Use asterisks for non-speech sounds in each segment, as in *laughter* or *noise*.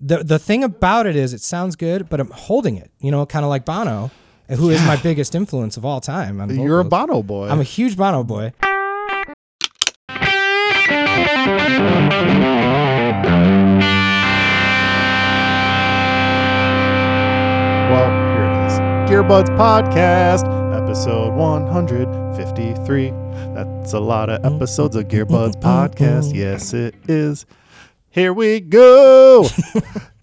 the the thing about it is it sounds good, but I'm holding it. You know, kind of like Bono, who is my biggest influence of all time. on You're a vocals. Bono boy. I'm a huge Bono boy. well, here it is. Gearbuds Podcast, episode 153. That's a lot Mm-hmm. of episodes of Gearbuds Podcast. Yes, it is. Here *laughs* we go.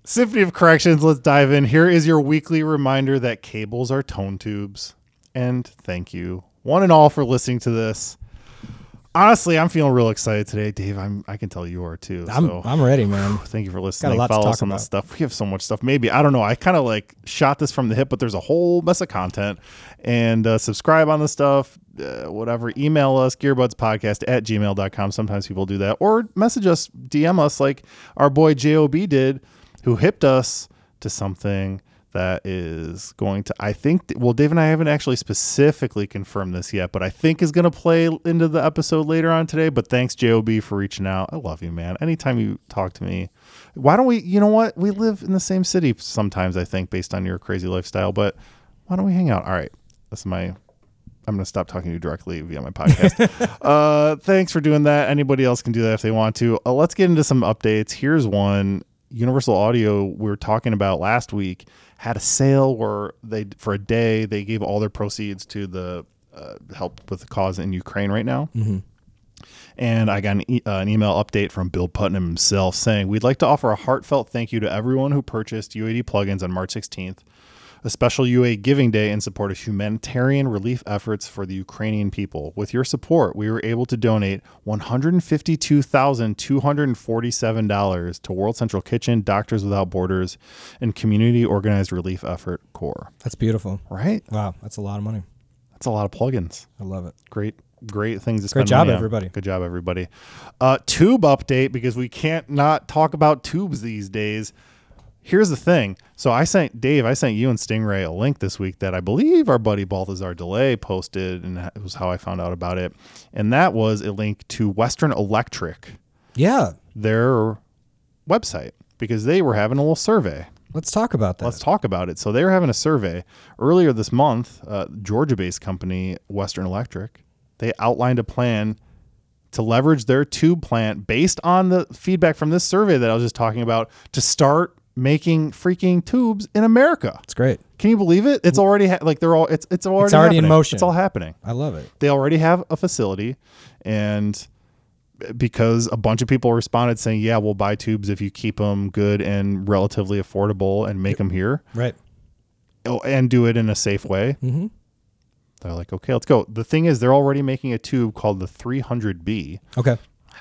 Symphony of Corrections, let's dive in. Here is your weekly reminder that cables are tone tubes. And thank you, one and all, for listening to this. Honestly, I'm feeling real excited today, Dave. I'm, I can tell you are too. I'm so. I'm ready, man. Thank you for listening. lot to Follow us talk on the about. stuff. We have so much stuff. Maybe I don't know. I kind of like shot this from the hip, but there's a whole mess of content. And uh, subscribe on the stuff, uh, whatever. Email us gearbudspodcast at gmail.com. Sometimes people do that, or message us, DM us, like our boy Job did, who hipped us to something that is going to. I think. Well, Dave and I haven't actually specifically confirmed this yet, but I think is going to play into the episode later on today. But thanks Job for reaching out. I love you, man. Anytime you talk to me. Why don't we, you know what? We live in the same city sometimes, I think, based on your crazy lifestyle, but why don't we hang out? All right. That's my, I'm going to stop talking to you directly via my podcast. uh, thanks for doing that. Anybody else can do that if they want to. Uh, let's get into some updates. Here's one Universal Audio, we were talking about last week, had a sale where they, for a day, they gave all their proceeds to the uh, help with the cause in Ukraine right now and I got an, e- uh, an email update from Bill Putnam himself saying, We'd like to offer a heartfelt thank you to everyone who purchased UAD plugins on March 16th, a special UA Giving Day in support of humanitarian relief efforts for the Ukrainian people. With your support, we were able to donate $152,247 to World Central Kitchen, Doctors Without Borders, and Community Organized Relief Effort Corps. That's beautiful. Right? Wow, that's a lot of money. That's a lot of plugins I love it. great great things to Great spend job, money on. everybody. good job everybody uh tube update because we can't not talk about tubes these days here's the thing so i sent dave i sent you and stingray a link this week that i believe our buddy balthazar delay posted and that was how i found out about it and that was a link to western electric Yeah, their website because they were having a little survey let's talk about that. Let's talk about it. So they were having a survey earlier this month. Uh, Georgia-based company Western Electric they outlined a plan to leverage their tube plant based on the feedback from this survey that I was just talking about to start making freaking tubes in America. it's great. Can you believe it? It's already ha- like they're all it's it's already Mm. already in happening. motion. It's all happening I love it. they already have a facility and eh, because a bunch of people responded saying yeah we'll buy tubes if you keep them good and relatively affordable and make them here Right. oh, and do it in a safe way mm-hmm. they're like okay let's go the thing is they're already making a tube called the 300b Okay.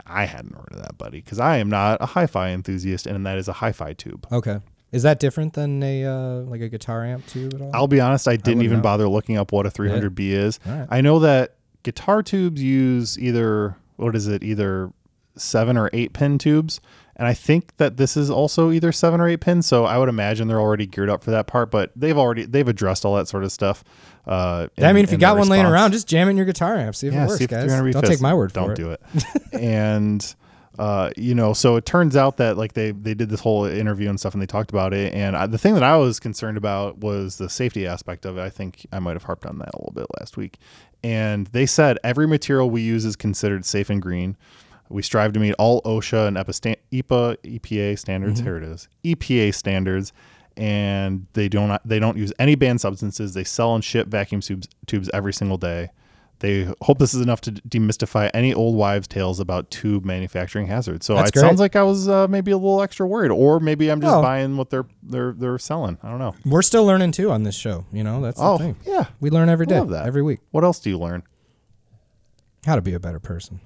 i hadn't heard of that buddy because i am not a hi-fi enthusiast and that is a hi-fi tube Okay. Is that different than a uh, like a guitar amp tube at all? I'll be honest, I didn't wouldn't even know. bother looking up what a 300B is. Alright. I know that guitar tubes use either, what is it, either seven or eight pin tubes. And I think that this is also either seven or eight pin. So I would imagine they're already geared up for that part, but they've already, they've addressed all that sort of stuff. Uh, I in- mean, if you in their got one laying response. around, just jam it in your guitar amp. See if it works, see if guys. 300 Don't fits. take my word Don't for it. *laughs* do it. and uh, you know, so it turns out that like they they did this whole interview and stuff, and they talked about it. And I, the thing that I was concerned about was the safety aspect of it. I think I might have harped on that a little bit last week. And they said every material we use is considered safe and green. We strive to meet all OSHA and EPA, stan- EPA, EPA standards. Mm-hmm. Here it is, EPA standards, and they don't they don't use any banned substances. They sell and ship vacuum tubes tubes every single day. They hope this is enough to demystify any old wives' tales about tube manufacturing hazards. So That's it sounds great. like I was uh, maybe a little extra worried, or maybe I'm just Well- buying what they're they're they're selling. I don't know. We're still learning too on this show. You know, that's the Oh thing. yeah, We learn every I day, love that. every week, what else do you learn? how to be a better person.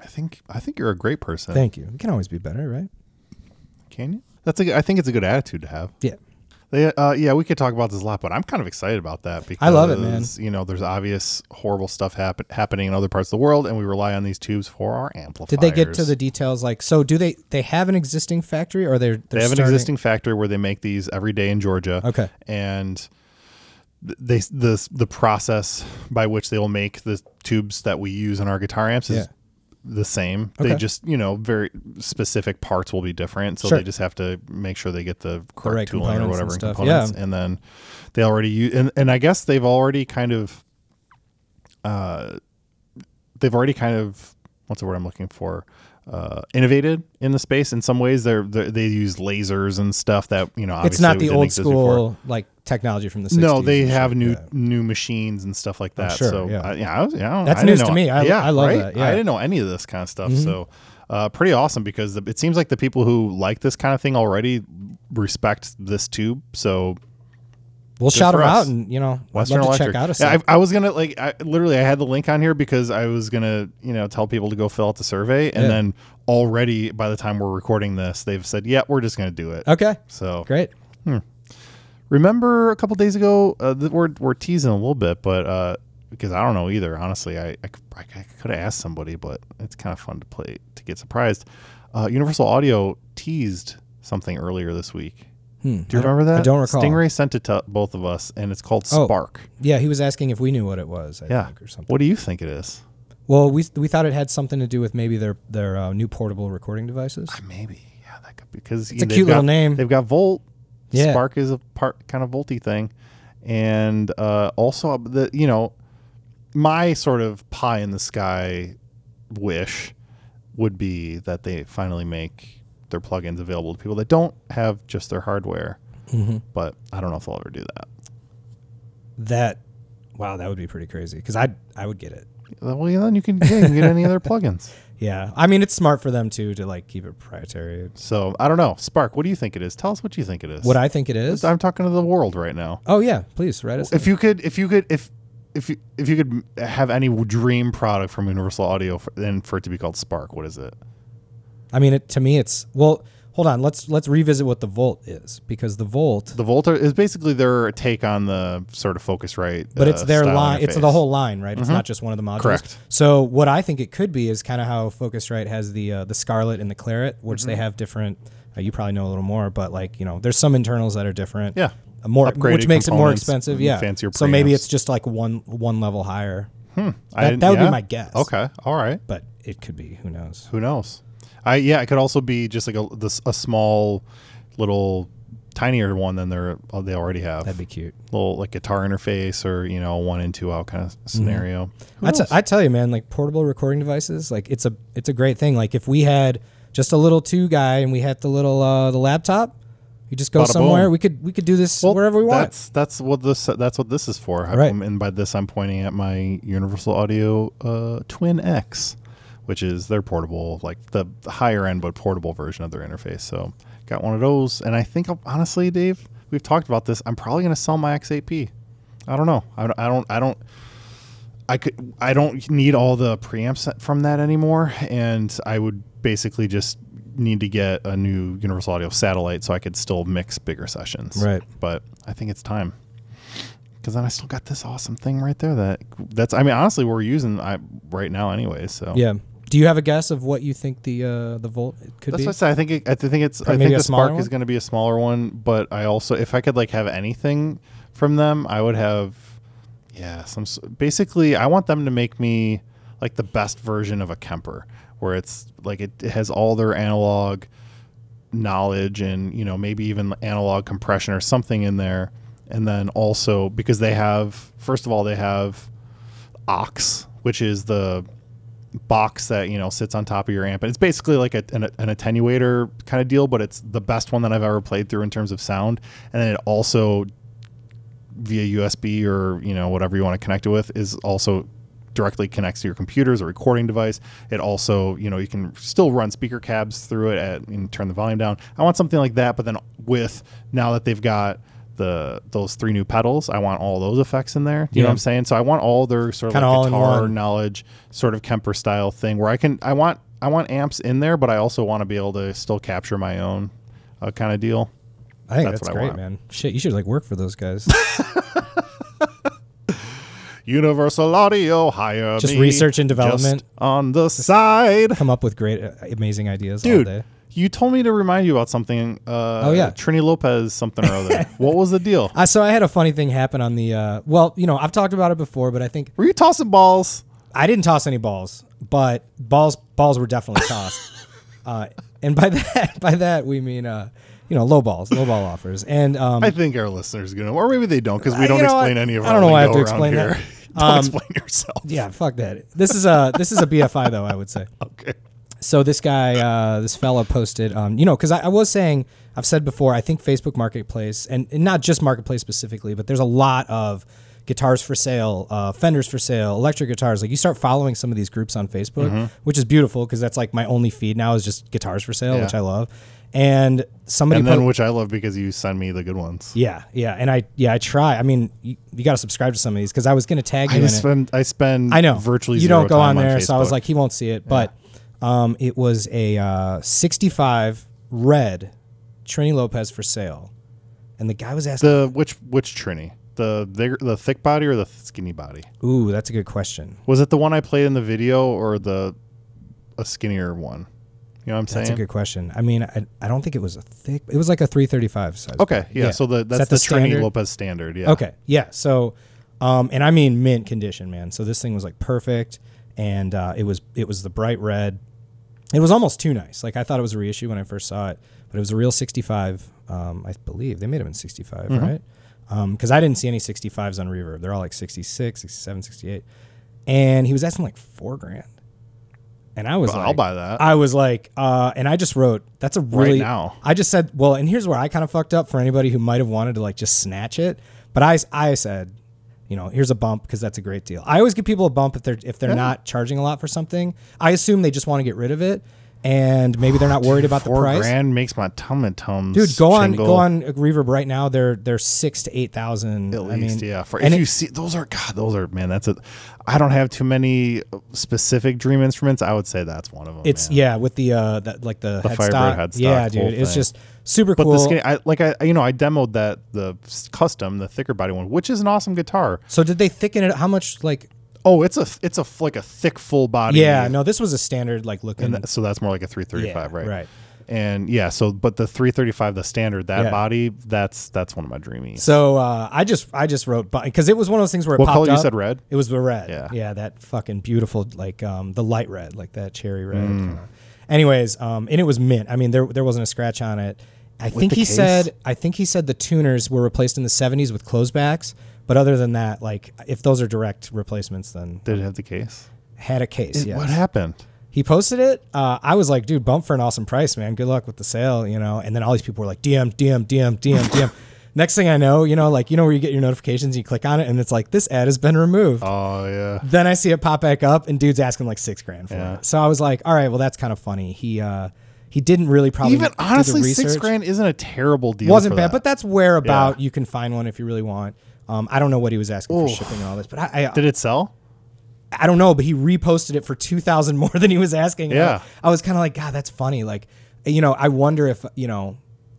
I think I think you're a great person. Thank you. You can always be better, right? Can you? That's a good- I think it's a good attitude to have. Yeah. They, uh, yeah, we could talk about this a lot, but I'm kind of excited about that because I love it, man. You know, there's obvious horrible stuff happen, happening in other parts of the world, and we rely on these tubes for our amplifiers. Did they get to the details? Like, so do they? They have an existing factory, or they're, they're They have an starting- existing factory where they make these every day in Georgia. Okay. and th- they the the process by which they will make the tubes that we use on our guitar amps is Yeah. the same. They Okay. just, you know, very specific parts will be different. So Sure. they just have to make sure they get the correct right tooling or components whatever and and stuff, components. yeah. And then they already use, and, and I guess they've already kind of, uh, they've already kind of, what's the word I'm looking for? Uh, innovated in the space in some ways. They're, they're they use lasers and stuff that you know. Obviously it's not the didn't old exist before. school like technology from the 60s. No, they and shit have like new that. new machines and stuff like that. sure, so yeah. I, yeah, I was, yeah, I don't- That's I didn't news to know- me. I- I love that, yeah. Mm-hmm. I didn't know any of this kind of stuff. So uh, pretty awesome because the, it seems like the people who like this kind of thing already respect this tube. So We'll shout for them out us. and you know, I'd Western love to Electric. check out a yeah, site. I, I was gonna like I, literally I had the link on here because I was gonna you know tell people to go fill out the survey and Yeah. then already by the time we're recording this they've said yeah we're just gonna do it. okay, So great. Remember a couple days ago, uh, th- we're, we're teasing a little bit, but uh, because I don't know either, honestly, I, I, could have asked somebody, but it's kind of fun to play to get surprised. Uh, Universal Audio teased something earlier this week. Hmm. Do you remember that? I don't recall. Stingray sent it to both of us, and it's called Oh. Spark. Yeah, he was asking if we knew what it was. I Yeah. think, or something. What do you think it is? Well, we we thought it had something to do with maybe their their uh, new portable recording devices. Maybe. Yeah, that could be because It's a cute little name. They've got Volt. Yeah. Spark is a part kind of volty thing, and uh, also uh, the you know my sort of pie in the sky wish would be that they finally make their plugins available to people that don't have just their hardware. Mm-hmm. But I don't know if they'll ever do that. That wow, that would be pretty crazy because I I would get it. Well, yeah, then you can, yeah, you can get any other plugins. *laughs* Yeah, I mean it's smart for them too to like keep it proprietary. So I don't know. Spark, what do you think it is? Tell us what you think it is. What I think it is. I'm talking to the world right now. Oh yeah, please write us. if you could if you could if if you if you could have any dream product from universal audio for, then for it to be called spark what is it I mean, it, to me, it's well. Hold on, let's let's revisit what the volt is because the volt, the volta is basically their take on the sort of focus right uh, but it's their line. It's the whole line, right? It's not just one of the modules. Mm-hmm. Correct. So what I think it could be is kind of how Focusrite has the uh, the Scarlet and the Claret, which Mm-hmm. they have different. Uh, you probably know a little more, but like you know, there's some internals that are different. Yeah. Uh, more Upgraded which makes it more components expensive. and Yeah, fancier So maybe preamps. it's just like one one level higher, I that- didn't- that would be my guess. okay all right but it could be. Who knows? who knows i yeah it could also be just like a this a small little tinier one than they're uh, they already have That'd be cute. little like guitar interface or you know one and two out kind Mm-hmm. of scenario Who I, t- knows? I tell you, man, like portable recording devices, like it's a it's a great thing. Like if we had just a little two guy and we had the little uh, the laptop, you just go Bada somewhere. boom. We could we could do this Well, wherever we want. That's that's what this that's what this is for. Right. Um, And by this, I'm pointing at my Universal Audio uh, Twin X, which is their portable, like the higher end but portable version of their interface. So got one of those, and I think honestly, Dave, we've talked about this. I'm probably gonna sell my X8P. I don't know. I don't. I don't. I don't I could I don't need all the preamps from that anymore, and I would basically just need to get a new Universal Audio satellite so I could still mix bigger sessions. Right. But I think it's time because then I still got this awesome thing right there that that's I mean honestly we're using I right now anyway. So Yeah. Do you have a guess of what you think the uh, the volt could That's be? what I said. I think it, I think it's. I Maybe think a the smaller Spark is one? going to be a smaller one, but I also, if I could like have anything from them, I would have, yeah, some. s- Basically, I want them to make me like the best version of a Kemper, where it's like it, it has all their analog knowledge and you know maybe even analog compression or something in there, and then also because they have first of all they have aux, which is the box that you know sits on top of your amp and it's basically like a, an, an attenuator kind of deal but it's the best one that i've ever played through in terms of sound and then it also via usb or you know whatever you want to connect it with is also directly connects to your computer as a recording device it also you know you can still run speaker cabs through it at, and turn the volume down i want something like that but then with now that they've got the those three new pedals i want all those effects in there you Yeah. know what i'm saying so i want all their sort of Kinda like all in guitar one. knowledge sort of Kemper style thing where I can I want I want amps in there, but I also want to be able to still capture my own uh, kind of deal. I think that's that's, what I great, want. man. Shit, you should like work for those *laughs* guys. Universal Audio hire Just me research and development. just on the side, Come up with great, uh, amazing ideas, All dude. day. You told me to remind you about something. Uh, Oh, yeah. Trini Lopez something or *laughs* other. what was the deal? I Uh, so I had a funny thing happen on the. Uh, well, you know, I've talked about it before, but I think Were you tossing balls? I didn't toss any balls. but balls balls were definitely tossed. uh, and by that *laughs* by that we mean uh, you know low balls, low ball offers, and um, I think our listeners are gonna, or maybe they don't, because we Uh, don't you know what? explain any of. I Our don't know why I have lingo to around explain here. *laughs* that. don't Um, explain yourself. yeah, fuck that. This is a this is a BFI though. I would say. Okay. So this guy, uh, this fella posted, um, you know, because I, I was saying, I've said before, I think Facebook Marketplace, and, and not just Marketplace specifically, but there's a lot of guitars for sale, uh, Fenders for sale, electric guitars. Like you start following some of these groups on Facebook, Mm-hmm. which is beautiful because that's like my only feed now is just guitars for sale, which Yeah. I love. And somebody, And then, po- which I love because you send me the good ones. yeah, yeah, and I, yeah, I try. I mean, you, you got to subscribe to some of these because I was gonna tag you I in just it. spend. I spend. I know Virtually. you zero don't go on time there, so I was Facebook. like, he won't see it. But um, it was a uh, 65 red Trini Lopez for sale, and the guy was asking, the which which Trini, the bigger- the thick body or the skinny body? "Ooh, that's a good question. Was it the one I played in the video or the a skinnier one? You know what I'm saying? That's a good question. I mean, I, I don't think it was a thick. It was like a 335 size. okay, yeah. Yeah. So the, Is that's that the, the Trini standard? Lopez standard. Yeah. Okay. Yeah. So, um, and I mean mint condition, man. So this thing was like perfect, and uh, it was it was the bright red. It was almost too nice. Like I thought it was a reissue when I first saw it, but it was a real 65. Um, I believe they made them in 65, Mm-hmm. right? Because I didn't see any 65s on Reverb. They're all like 66, 67, 68. And he was asking like four grand, and I was Well, like, I'll buy that. I was like, uh, and I just wrote, that's a really. now. I just said, well, and here's where I kind of fucked up for anybody who might have wanted to like just snatch it. But I, I said, you know, here's a bump because that's a great deal. I always give people a bump if they're if they're not charging a lot for something. I assume they just want to get rid of it, and maybe they're not worried about the Four price. grand makes my tum and tums. Dude, go on, jingle. go on Reverb right now. They're they're six to eight thousand. At I least, mean, yeah. For if and you see those are God, those are man. That's a. I don't have too many specific dream instruments. I would say that's one of them. it's man. yeah with the uh that like the, The Firebird headstock, Yeah, whole dude, it's thing. just super But cool. the skinny, I like I you know I demoed that the s- custom the thicker body one, which is an awesome guitar. so did they thicken it? How much like? Oh, it's a it's a f- like a thick full body. Yeah, no, this was a standard like looking. and that, so that's more like a 335 Yeah, right right. and yeah so but the 335 the standard that Yeah. body that's that's one of my dreamies So uh, I just I just wrote because it was one of those things where it What popped color you up. said red? It was the red. Yeah. yeah, that fucking beautiful like um, the light red, like that cherry red. Mm. kinda. Anyways, um, and it was mint. I mean, there there wasn't a scratch on it. I think the he case? said I think he said the tuners were replaced in the '70s with closebacks. But other than that, like if those are direct replacements, then did it have the case had a case. yes. what happened He posted it. Uh, I was like, dude, bump for an awesome price, man. Good luck with the sale, you know. And then all these people were like, DM, DM, DM, DM, *laughs* DM. Next thing I know, you know, like you know where you get your notifications, you click on it, and it's like this ad has been removed. oh yeah Then I see it pop back up, and dude's asking like six grand for Yeah. it. So I was like, all right, well that's kind of funny. He uh, he didn't really probably even do the honestly six research. grand isn't a terrible deal wasn't for bad, that. but that's where about you can find one if you really want. Um, I don't know what he was asking for shipping and all this, but I, I did it sell I don't know, but he reposted it for two thousand *laughs* more than he was asking. And I- Yeah. I, was kind of like, God, that's funny. Like, you know, I wonder if you know,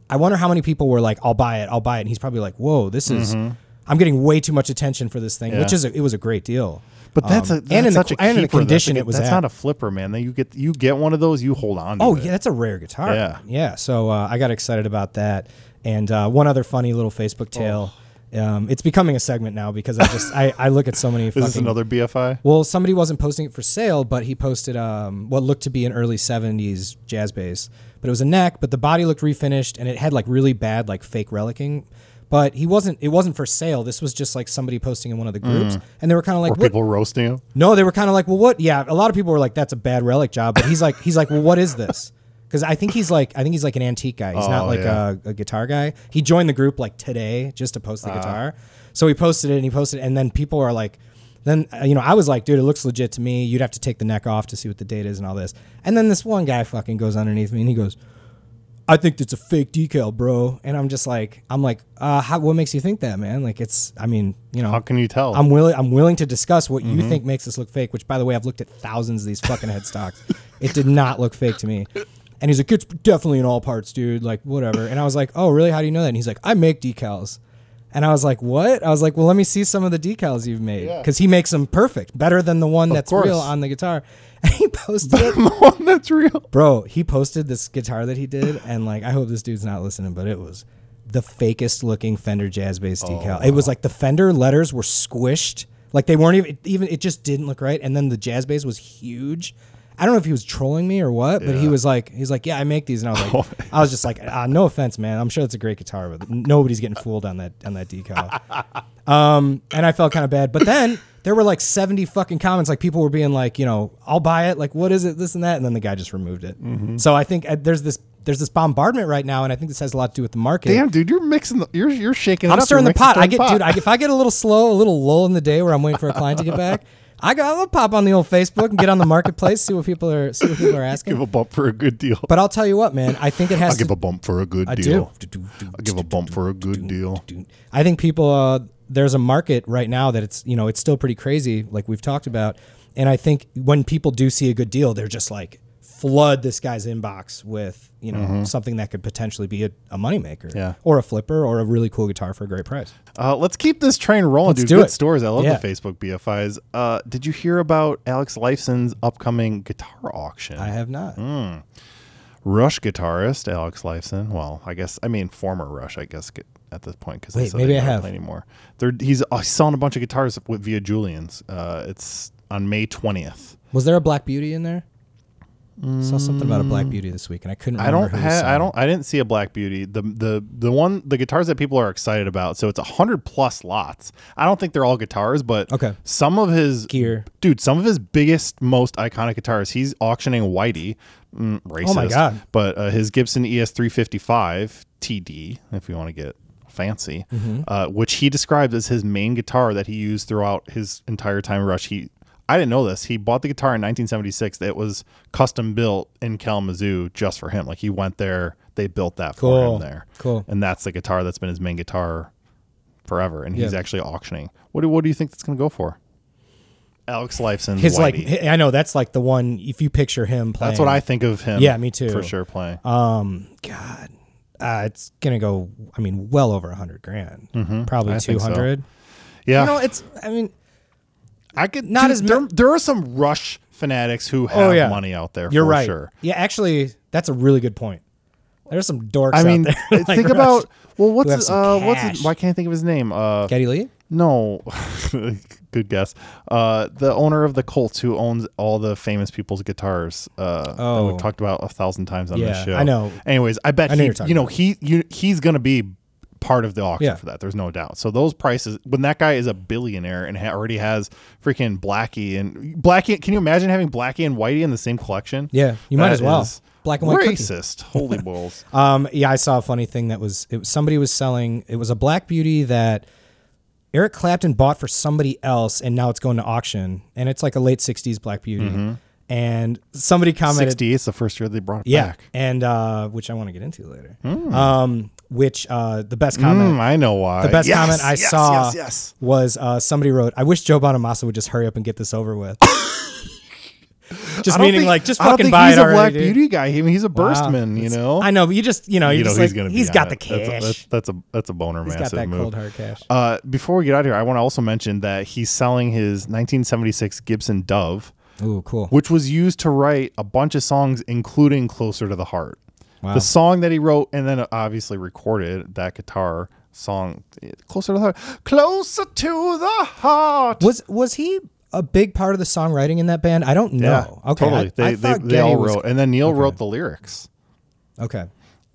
I wonder how many people were like, I'll buy it, I'll buy it, and he's probably like, Whoa, this is, I'm getting way too much attention for this thing, which Mm-hmm. Yeah. is a, it was a great deal. but that's a Um, that's and in the such co- a and in the keeper. That's condition like a- it was that's at. not a flipper man that you get you get one of those you hold on to Oh it. yeah, that's a rare guitar. Yeah. yeah. So uh, I got excited about that, and uh, one other funny little Facebook Oh. tale. Um, it's becoming a segment now because I just I, I look at so many. is *laughs* this fucking- another bfi Well, somebody wasn't posting it for sale, but he posted um, what looked to be an early '70s jazz bass, but it was a neck, but the body looked refinished, and it had like really bad like fake relicking. But he wasn't. It wasn't for sale. This was just like somebody posting in one of the groups, and they were kind of like, were "What?" people roasting you No, they were kind of like, "Well, what?" Yeah, a lot of people were like, "That's a bad relic job," but he's like, "He's like, well, what is this?" Because I think he's like, I think he's like an antique guy. He's Oh, not like yeah. Ah. a, a guitar guy. He joined the group like today just to post the guitar. So he posted it and he posted, it, and then people are like, then uh, you know, I was like, dude, it looks legit to me. You'd have to take the neck off to see what the date is and all this. And then this one guy fucking goes underneath me and he goes. I think it's a fake decal, bro. And I'm just like, I'm like, uh, how, what makes you think that, man? Like, it's, I mean, you know, how can you tell I'm *laughs* willing. I'm willing to discuss what you think makes this look fake. Which, by the way, I've looked at thousands of these fucking headstocks. *laughs* it did not look fake to me. And he's like, "It's definitely in all parts, dude. Like, whatever." And I was like, "Oh, really? How do you know that?" And he's like, "I make decals." And I was like, "What?" I was like, "Well, let me see some of the decals you've made because he makes them perfect, better than the one that's course. real on the guitar." *laughs* And he posted it, the one that's real bro. He posted this guitar that he did, and like, I hope this dude's not listening, but it was the fakest looking Fender Jazz Bass decal. It was like the Fender letters were squished Like they weren't even even it just didn't look right. And then the jazz bass was huge. I don't know if he was trolling me or what, but he Yeah. was like, he's like, yeah, I make these, and I was like, I was just like, ah, no offense, man, I'm sure it's a great guitar, but nobody's getting fooled on that on that decal. Um, and I felt kind of bad. But *laughs* then there were like 70 fucking comments. Like people were being like, you know, I'll buy it. Like, what is it? This and that. And then the guy just removed it. Mm-hmm. So I think uh, there's this there's this bombardment right now, and I think this has a lot to do with the market. Damn, dude, you're mixing the you're you're shaking. it I'm up. stirring You're the mixing- pot. I stirring get, the pot. dude. I, if I get a little slow, a little lull in the day where I'm waiting for a client to get *laughs* back, I got I'll pop on the old Facebook and get on the marketplace, see what people are see what people are asking. *laughs* give a bump for a good deal. But I'll tell you what, man. I think it has I'll give to. a bump for a good I deal. do. I'll give a bump for a good deal. I think people uh, there's a market right now that it's you know it's still pretty crazy like we've talked about, and I think when people do see a good deal, they're just like flood this guy's inbox with you know something that could potentially be a, a moneymaker Mm-hmm. Yeah. or a flipper or a really cool guitar for a great price. Uh, let's keep this train rolling, dude. do Good it. stories. I love Yeah. the Facebook BFIs. Uh, did you hear about Alex Lifeson's upcoming guitar auction? I have not. Rush guitarist Alex Lifeson. Well, I guess I mean former Rush. I guess get- at this point because Wait, maybe I have. play anymore. They're, he's uh, selling a bunch of guitars with via Julian's. Uh, it's on May twentieth. Was there a Black Beauty in there? Saw something about a Black Beauty this week, and I couldn't. Mm. I Remember don't. Who was Ha- I selling don't. I didn't see a Black Beauty. The the the one the guitars that people are excited about. So it's a hundred plus lots. I don't think they're all guitars, but Okay. Some of his Gear. dude. Some of his biggest, most iconic guitars. He's auctioning Whitey. Mm, racist. my God. But uh, his Gibson ES355 TD, if you want to get fancy, Mm-hmm. uh, which he described as his main guitar that he used throughout his entire time at Rush. He I didn't know this. He bought the guitar in 1976 that was custom built in Kalamazoo just for him. Like he went there, they built that for Cool. him there. Cool. And that's the guitar that's been his main guitar forever. And he's Yeah. actually auctioning. What do what do you think that's going to go for? Alex Lifeson. His like, Whitey. hi- I know that's like the one. If you picture him playing, that's what I think of him. Yeah, me too. For sure, playing. Um, God, uh, it's gonna go. I mean, well over a hundred grand, probably Mm-hmm. I two think so. hundred. yeah, You know, it's. I mean, I could Not dude, as there, ma- there are some Rush fanatics who have oh yeah, money out there. You're for right. Sure. Yeah, actually, that's a really good point. There's some dorks. I mean, *laughs* out there, *laughs* like think Rush. about well, what's have his- uh, some what's cash. his, why can't I think of his name? Uh, Geddy Lee. no, *laughs* good guess. Uh, the owner of the Colts who owns all the famous people's guitars. Uh, that Oh. we've talked about a thousand times on this Yeah, show. I know. Anyways, I bet know he, you're talking you know, he you, he's gonna be part of the auction Yeah. for that. There's no doubt. So those prices, when that guy is a billionaire and ha- already has freaking Blackie and Blackie, can you imagine having Blackie and Whitey in the same collection? Yeah, you might as well. is Black and white cookie. Racist. *laughs* Holy balls. Um, yeah, I saw a funny thing that was it was somebody was selling. It was a Black Beauty that Eric Clapton bought for somebody else, and now it's going to auction. And it's like a late '60s Black Beauty. Mm-hmm. And somebody commented, 68 is the first year they brought it yeah, back. Hmm. and uh, which I want to get into later. Um, which uh, the best comment. Mm, I know why. The best Yes, comment I yes, saw Yes, yes. was uh, somebody wrote, "I wish Joe Bonamassa would just hurry up and get this over *laughs* with." I just don't meaning think- like just I don't fucking think buy he's it a already. Black dude. Ah, Beauty guy. I mean, he's a burstman. you know, I know, but you just you know you just like, he's on got the it. That's cash. a- That's, that's a that's a boner He's got massive that move. cold hard cash. Uh, before we get out of here, I want to also mention that he's selling his 1976 Gibson Dove, Ooh, cool. Uh, which was used to write a bunch of songs, including "Closer to the Heart." Wow. The song that he wrote and then obviously recorded that guitar song, "Closer to the Heart," closer to the heart. Was was he a big part of the songwriting in that band? I don't know. okay, I- totally. I They, they, thought they all Geddy was- wrote, and then Neil wrote the lyrics. Okay,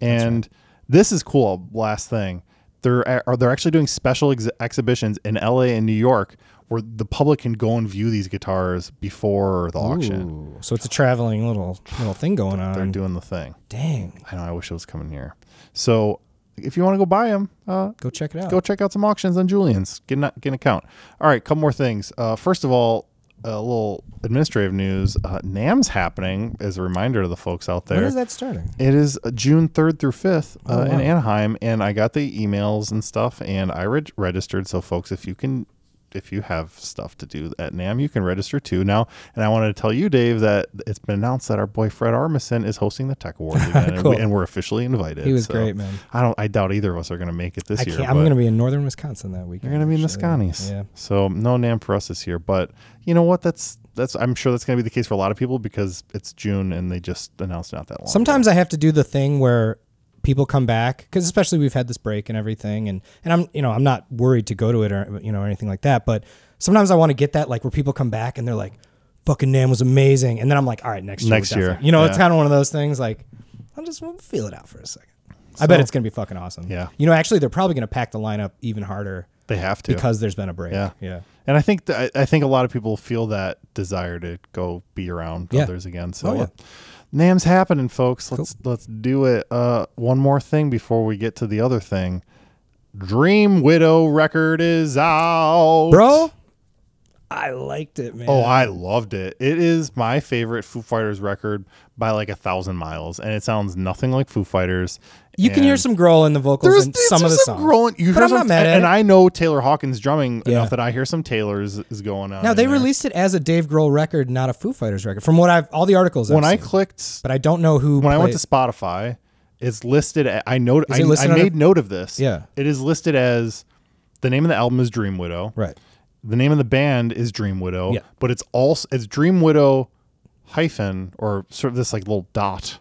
And this is cool. Last thing, they're are they're actually doing special ex- exhibitions in L.A. and New York where the public can go and view these guitars before the auction. Ooh, so it's a traveling little little thing going They're on. doing the thing. Dang, I know. I wish it was coming here. So if you want to go buy them, uh, go check it out. go check out some auctions on Julian's. Get an, get an account. All right, couple more things. Uh, first of all, a little administrative news. Uh, NAM's happening as a reminder to the folks out there. when is that starting? It is uh, June 3rd through 5th uh, Oh, wow. in Anaheim, and I got the emails and stuff, and I reg- registered. So, folks, if you can, if you have stuff to do at NAM, you can register too now. And I wanted to tell you, Dave, that it's been announced that our boy Fred Armisen is hosting the *laughs* Tech Awards again, and, we, Cool. and we're officially invited. He was So great, man. I don't, I doubt either of us are going to make it this I year. can't. I'm but- going to be in northern Wisconsin that weekend. you're gonna be in the actually. Sconnies. Yeah. So no Nam for us this year, but you know what? That's that's. I'm sure that's gonna be the case for a lot of people because it's June and they just announced it not that long. ago. Sometimes I have to do the thing where people come back because especially we've had this break and everything and and I'm you know I'm not worried to go to it or you know or anything like that but sometimes I want to get that like where people come back and they're like fucking Nam was amazing and then I'm like all right next year we're Next year, definitely-" you know it's yeah. kind of one of those things like I'll just we'll feel it out for a second I bet it's gonna be fucking awesome Yeah. you know actually they're probably gonna pack the lineup even harder They have to. because there's been a break Yeah. yeah and I think th- I I think a lot of people feel that desire to go be around Yeah. others again. So Oh, yeah. Nam's happening, folks. Let's let's do it. Uh, one more thing before we get to the other thing. Dream Widow record is out, bro I liked it man Oh, I loved it. It is my favorite Foo Fighters record by like a thousand miles, and it sounds nothing like Foo Fighters. you can hear And- some growl in the vocals there's in some of the there's songs growing. You But hear I'm not some- mad at and it. I know Taylor Hawkins drumming Yeah. enough that I hear some Taylor's is going on. Now in they there. released it as a Dave Grohl record, not a Foo Fighters record. From what I've all the articles when I I've seen. clicked but I don't know who. when I went played- to Spotify, it's listed. a- I know I, it listed I on a- made note of this. Yeah. it is listed as the name of the album is Dream Widow. right, The name of the band is Dream Widow. Yeah. but it's also it's Dream Widow hyphen or sort of this like little dot.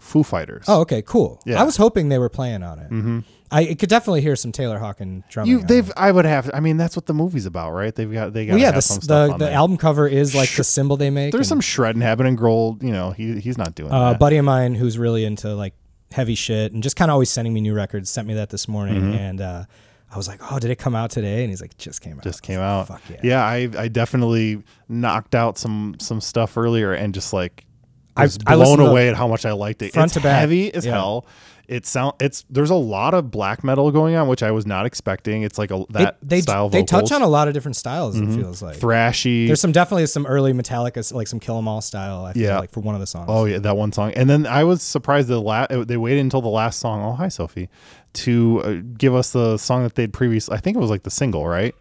Foo Fighters. Mm-hmm. oh okay, cool. Yeah. I was hoping they were playing on it. Mm-hmm. I it could definitely hear some Taylor Hawkins drumming. you on they've. it. I would have. I mean, that's what the movie's about, right? They've got they got. well, yeah. The have s- some stuff the, on the there. album cover is like the symbol they make. There's some and, shredding happening. Grohl, you know, he he's not doing uh, that. buddy of mine who's really into like heavy shit and just kind of always sending me new records. Sent me that this morning, Mm-hmm. and uh, I was like, oh, did it come out today? And he's like, just came out. Just came out. Fuck yeah. yeah, I I definitely knocked out some some stuff earlier and just like I I- was I listened blown to away at how much I liked it. front it's to back. heavy as Yeah. hell. It sound it's there's a lot of black metal going on, which I was not expecting. It's like a that It- they style. they touch vocals. Mm-hmm. on a lot of different styles. It feels like thrashy. There's some definitely some early Metallica, like some Kill 'Em All style. I feel Yeah. like for one of the songs. Oh yeah, that one song. And then I was surprised the la- they waited until the last song. Oh hi Sophie, to uh, give us the song that they'd previous. I think it was like the single, right?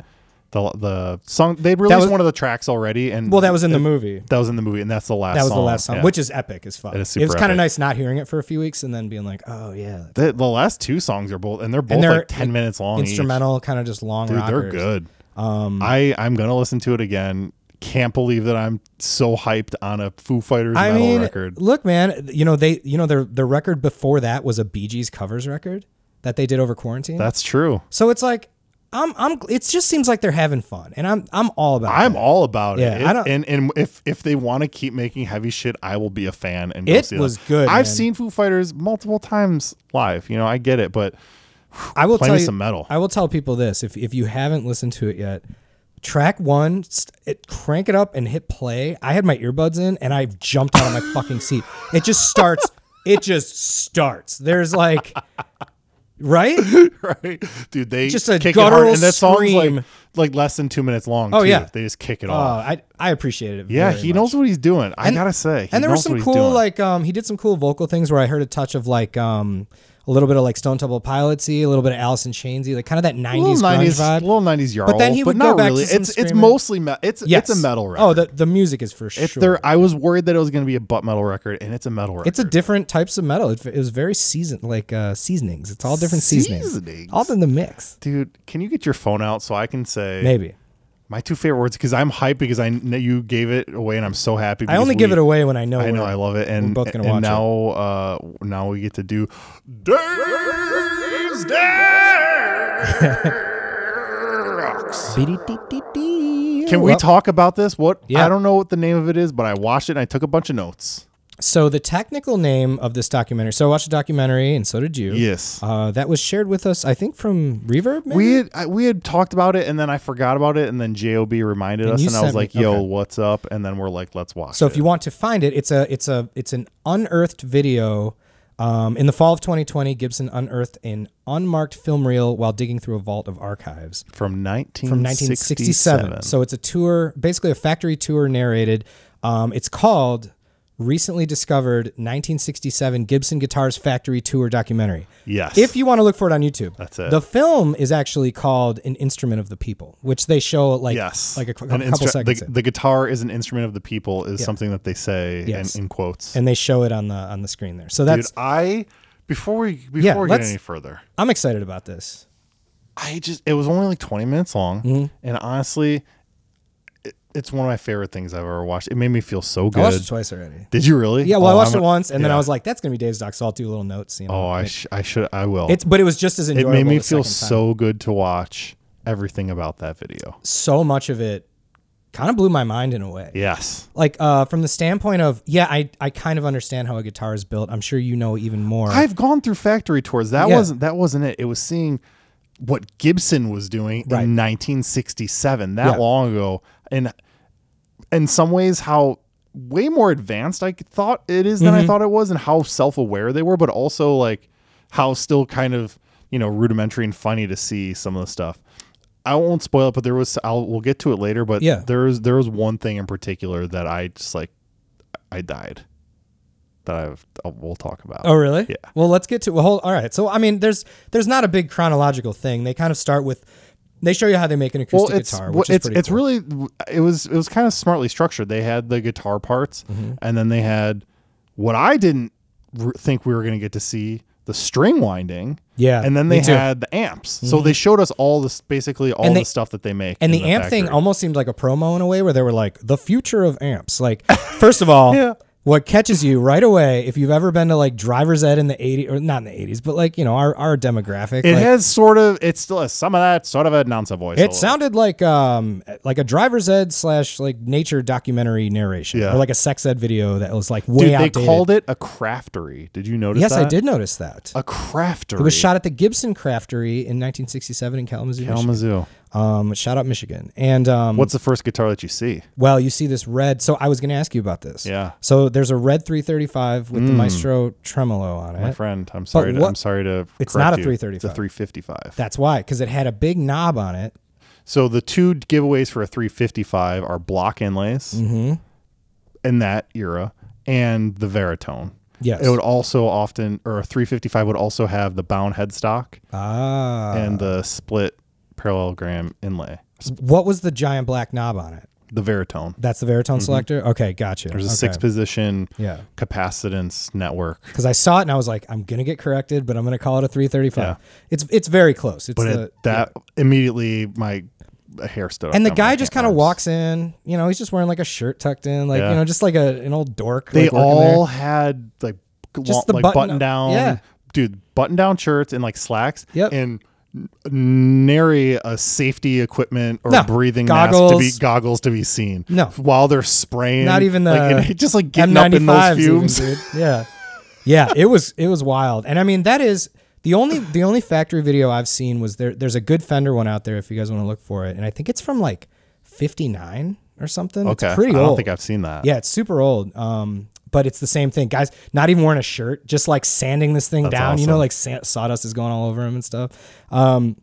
The the song they released was- one of the tracks already, and well, that was in the movie. that was in the movie, and that's the last. That was song. the last song, Yeah. which is epic as fuck. It is It was super kind epic. of nice not hearing it for a few weeks and then being like, oh yeah, the, the last two songs are both, and they're both they're, like ten like, minutes long. each. instrumental, Um, kind of just long. Dude, they're rockers. good. I I'm gonna listen to it again. Can't believe that I'm so hyped on a Foo Fighters I metal mean, record. look, man, you know they, you know their their record before that was a Bee Gees covers record that they did over quarantine. That's true. so it's like, I'm, I'm. It just seems like they're having fun, and I'm, I'm all about. I'm that. all about Yeah, it. I It- don't- and and if if they want to keep making heavy shit, I will be a fan. And go It see them. was good, man. I've seen Foo Fighters multiple times live. You know, I get it, but *laughs* I will Play tell me you, some metal. I will tell people this: if if you haven't listened to it yet, track one, st- it, crank it up and hit play. I had my earbuds in and I jumped out of my *laughs* fucking seat. It just starts. It just starts. There's like, *laughs* right? Uh, right, dude, they Just a kick it hard, guttural and that song's scream. like like less than two minutes long. Oh, too. yeah. they just kick it Oh, off. I I appreciated it. Yeah, very he much. knows what he's doing. I gotta say, he and there were knows what some he's cool doing. like um he did some cool vocal things where I heard a touch of like um a little bit of like Stone Temple Pilotsy, a little bit of Allison Chainsy, like kind of that little '90s grunge nineties, vibe. little nineties yarl, but then he would go not back to really. some it's it's screaming- mostly metal. It's Yes. it's a metal record. Oh, the the music is for sure. it's there. I was worried that it was gonna be a butt metal record, and it's a metal record. It's a different types of metal. It, it was very season like uh, seasonings. It's all different seasonings. Seasonings? All in the mix. dude. Can you get your phone out so I can say Maybe. My two favorite words because I'm hyped because I kn- you gave it away and I'm so I happy. because only give we- it away when I know. I know we're- I love it, and both gonna and watch it. now uh now we get to do Dave's Daves. Bidi-di-di-di. Can we Well, talk about this? What Yeah. I don't know what the name of it is, but I watched it and I took a bunch of notes. So the technical name of this documentary. So I watched the documentary, and so did you. Yes. Uh, that was shared with us, I think, from Reverb. Maybe? we had I, we had talked about it and then I forgot about it and then Job reminded us you and I was sent me- like, "Yo, okay. what's up?" And then we're like, "Let's watch." So if it. you want to find it, it's a it's a it's an unearthed video. Um, in the fall of 2020, Gibson unearthed an unmarked film reel while digging through a vault of archives. from nineteen from 1967. So it's a tour, basically a factory tour narrated. Um, it's called Recently Discovered 1967 Gibson Guitars Factory Tour Documentary. yes, If you want to look for it on YouTube, That's it. The film is actually called An Instrument of the People, which they show like yes like a, cou- An couple instru- seconds, the, in. the guitar is an instrument of the people is something that they say Yes. in, in quotes and they show it on the on the screen there. So dude that's i before we before Yeah, we get let's- any further I'm excited about this. Mm-hmm. i just it was only like 20 minutes long and honestly it, it's one of my favorite things I've ever watched. It made me feel so I watched good. it twice already. Did you really? Yeah, well, I Oh, watched I'm- it once, and then yeah. I was like, "That's gonna be Dave's doc." So I'll do little notes. You know, Oh, I It- sh- I should I will. it's but it was just as it enjoyable. made me the feel second time. so good to watch everything about that video. so much of it kind of blew my mind in a way. Yes. Like uh, from the standpoint of yeah, I I kind of understand how a guitar is built. I'm sure you know even more. I've gone through factory tours. That Yeah. wasn't that wasn't it. It was seeing what Gibson was doing Right. in 1967, that Yeah. long ago, and in some ways how way more advanced I thought it is than I Mm-hmm. thought it was, and how self aware they were, but also like how still kind of you know rudimentary and funny to see some of the stuff. I won't spoil it, but there was I'll we'll get to it later. But Yeah. there was there was one thing in particular that I just like I died that I've uh, we'll talk about. Oh, really? Yeah. Well, let's get to well. Hold, all right. So, I mean, there's there's not a big chronological thing. They kind of start with they show you how they make an acoustic guitar, well, which is it's, pretty. it's cool. really it was it was kind of smartly structured. They had the guitar parts, Mm-hmm. and then they had what I didn't r- think we were going to get to see the string winding. Yeah, and then they me too. Mm-hmm. had the amps. So they showed us all this basically all And they- the stuff that they make. and in the, amp thing factory. almost seemed like a promo in a way where they were like the future of amps. Like, *laughs* first of all, Yeah. what catches you right away if you've ever been to like driver's ed in the 80s or not in the 80s, but like you know our our demographic. It like, has sort of it's still has some of that sort of a nonsense voice. a It little. sounded like um like a driver's ed slash like nature documentary narration Yeah. or like a sex ed video that was like way Dude, they outdated. called it a craftery. Did you notice? yes, I that? did notice that. A craftery. It was shot at the Gibson Craftery in 1967 in Kalamazoo. Michigan. Kalamazoo. Um, shout out Michigan. And um, What's the first guitar that you see? well, you see this red. So I was going to ask you about this. Yeah. Mm. So there's a red 335 with the Maestro tremolo on My it. friend, I'm sorry. To, what- I'm sorry to. It's correct not a you. 335. It's a 355. That's why, because it had a big knob on it. So the two giveaways for a 355 are block inlays Mm-hmm. in that era and the Veritone. Yes. It would also often, or a 355 would also have the bound headstock ah. and the split parallelogram inlay. what was the giant black knob on it? The Veritone. That's the Veritone selector. Okay, gotcha. Mm-hmm. There's a okay. six position Yeah. capacitance network. Because I saw it and I was like, I'm gonna get corrected, but I'm gonna call it a 335. It's it's very close. It's But the, it, that immediately my hair stood up. And the on my guy just kind of arms. walks in. You know, he's just wearing like a shirt tucked in, like Yeah. you know, just like a, an old dork. They like, working all had like Just lo- the like button- button, down, yeah. dude, button down shirts and like slacks, Yep. and n- nary a safety equipment or No. breathing mask Goggles. to be goggles to be seen. No. while they're spraying, Not even like, the *laughs* and just like there. getting up in those M95s even, fumes. dude. Yeah, yeah. It was it was wild. And I mean, that is the only the only factory video I've seen was there. There's a good Fender one out there if you guys want to look for it. And I think it's from like '59 or something. Okay, it's pretty I don't old. think I've seen that. Yeah, it's super old. Um, but it's the same thing, guys. Not even wearing a shirt, just like sanding this thing down. You know, awesome. like sa- sawdust is going all over him and stuff. Um,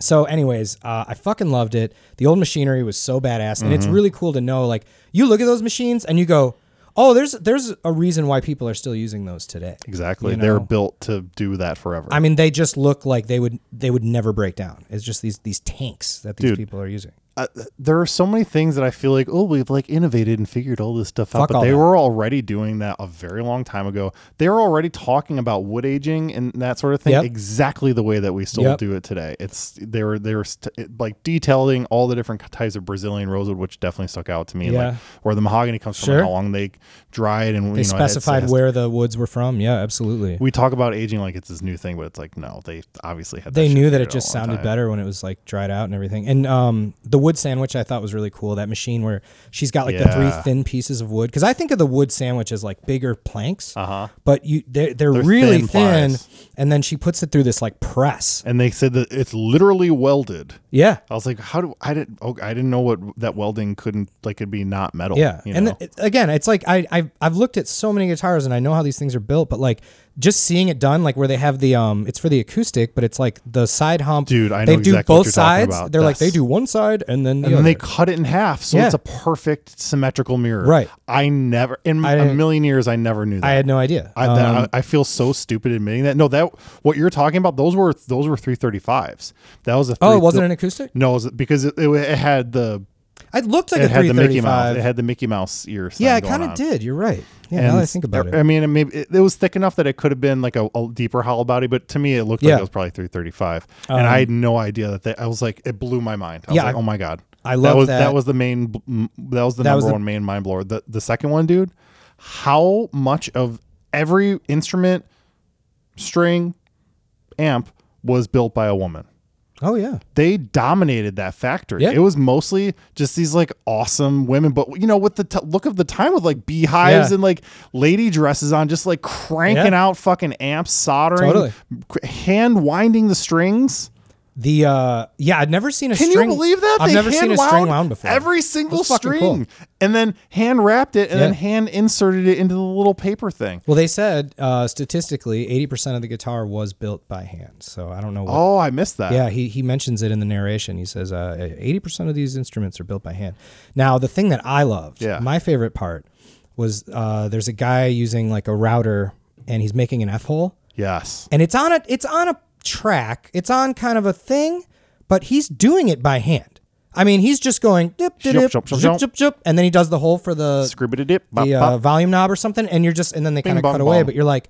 so, anyways, uh, I fucking loved it. The old machinery was so badass, and Mm-hmm. it's really cool to know. Like, you look at those machines and you go, "Oh, there's there's a reason why people are still using those today." exactly. You They were know? built to do that forever. I mean, they just look like they would they would never break down. It's just these these tanks that these people are using. uh, there are so many things that I feel like, oh, we've like innovated and figured all this stuff Fuck out, but all they that. were already doing that a very long time ago. They were already talking about wood aging and that sort of thing Yep. exactly the way that we still Yep. do it today. It's they were they were st- it, like detailing all the different types of Brazilian rosewood, which definitely stuck out to me. and, Yeah. Like where the mahogany comes from, Sure. and how long they dried, and They you know, it has- it specified has- where the woods were from. Yeah, absolutely. We talk about aging like it's this new thing, but it's like no, they obviously had. they shit knew that figured it just out a long sounded time. better when it was like dried out and everything. And um, the wood sandwich I thought was really cool. That machine where she's got like the Yeah. three thin pieces of wood. Because I think of the wood sandwich as like bigger planks, Uh-huh. but you they're, they're, really thin thin. plies. And then she puts it through this like press. And they said that it's literally welded. Yeah. I was like, how do I didn't oh, I didn't know what that welding couldn't like could be not metal. Yeah, you and know? th- again, it's like I I've, I've looked at so many guitars and I know how these things are built, but like just seeing it done, like where they have the um, it's for the acoustic, but it's like the side hump. Dude, I they know do exactly what both you're talking sides. about. They're like they Yes. do one side and then the and then other. they cut it in half, so Yeah. it's a perfect symmetrical mirror. Right. I never in I a didn't- million years I never knew I um, that. had no idea. I, that- I, I feel so stupid admitting that. No, that what you're talking about those were those were 335s. That was a Oh, three- it wasn't th- an acoustic. No, it was, because it, it, it had the It looked like it a had the Mickey Mouse. 335. It had the Mickey Mouse ears. yeah, thing it going kind on. of did. You're right. Yeah, now that I think about I it. mean, it maybe it, it was thick enough that it could have been like a, a deeper hollow body, but to me, it looked Yeah. Um, like it was probably 335. and I had no idea that they, I was like, it blew my mind. I was Yeah, like, I- oh my God. I love That was that. that. was the main b- m- that was the That number was the- one main mind blower. The the second one, dude, how much of every instrument, string, amp was built by a woman? oh yeah, they dominated that factory. Yeah. It was mostly just these like awesome women, but you know, with the t- look of the time with like beehives Yeah. and like lady dresses on, just like cranking Yeah. out fucking amps, soldering, Totally. cr- hand winding the strings. the uh, yeah, I'd never seen a Can string. you believe that? I've never seen a string hand-wound wound before. Every single That's fucking string, cool. and then hand wrapped it, and then Yeah. hand inserted it into the little paper thing. well, they said uh, statistically, eighty percent of the guitar was built by hand. So I don't know. What, Oh, I missed that. Yeah, he, he mentions it in the narration. He says uh, eighty percent of these instruments are built by hand. Now, the thing that I loved, Yeah. my favorite part, was uh, there's a guy using like a router and he's making an f hole, Yes. and it's on a it's on a track, it's on kind of a thing, but he's doing it by hand. I mean, he's just going dip, dip, Shup, dip, shup, shup, zip, shup. zip, zip, and then he does the hole for the Scribbity dip. bop, the uh, bop. volume knob or something, and you're just and then they kind of bong, cut away. bong. But you're like,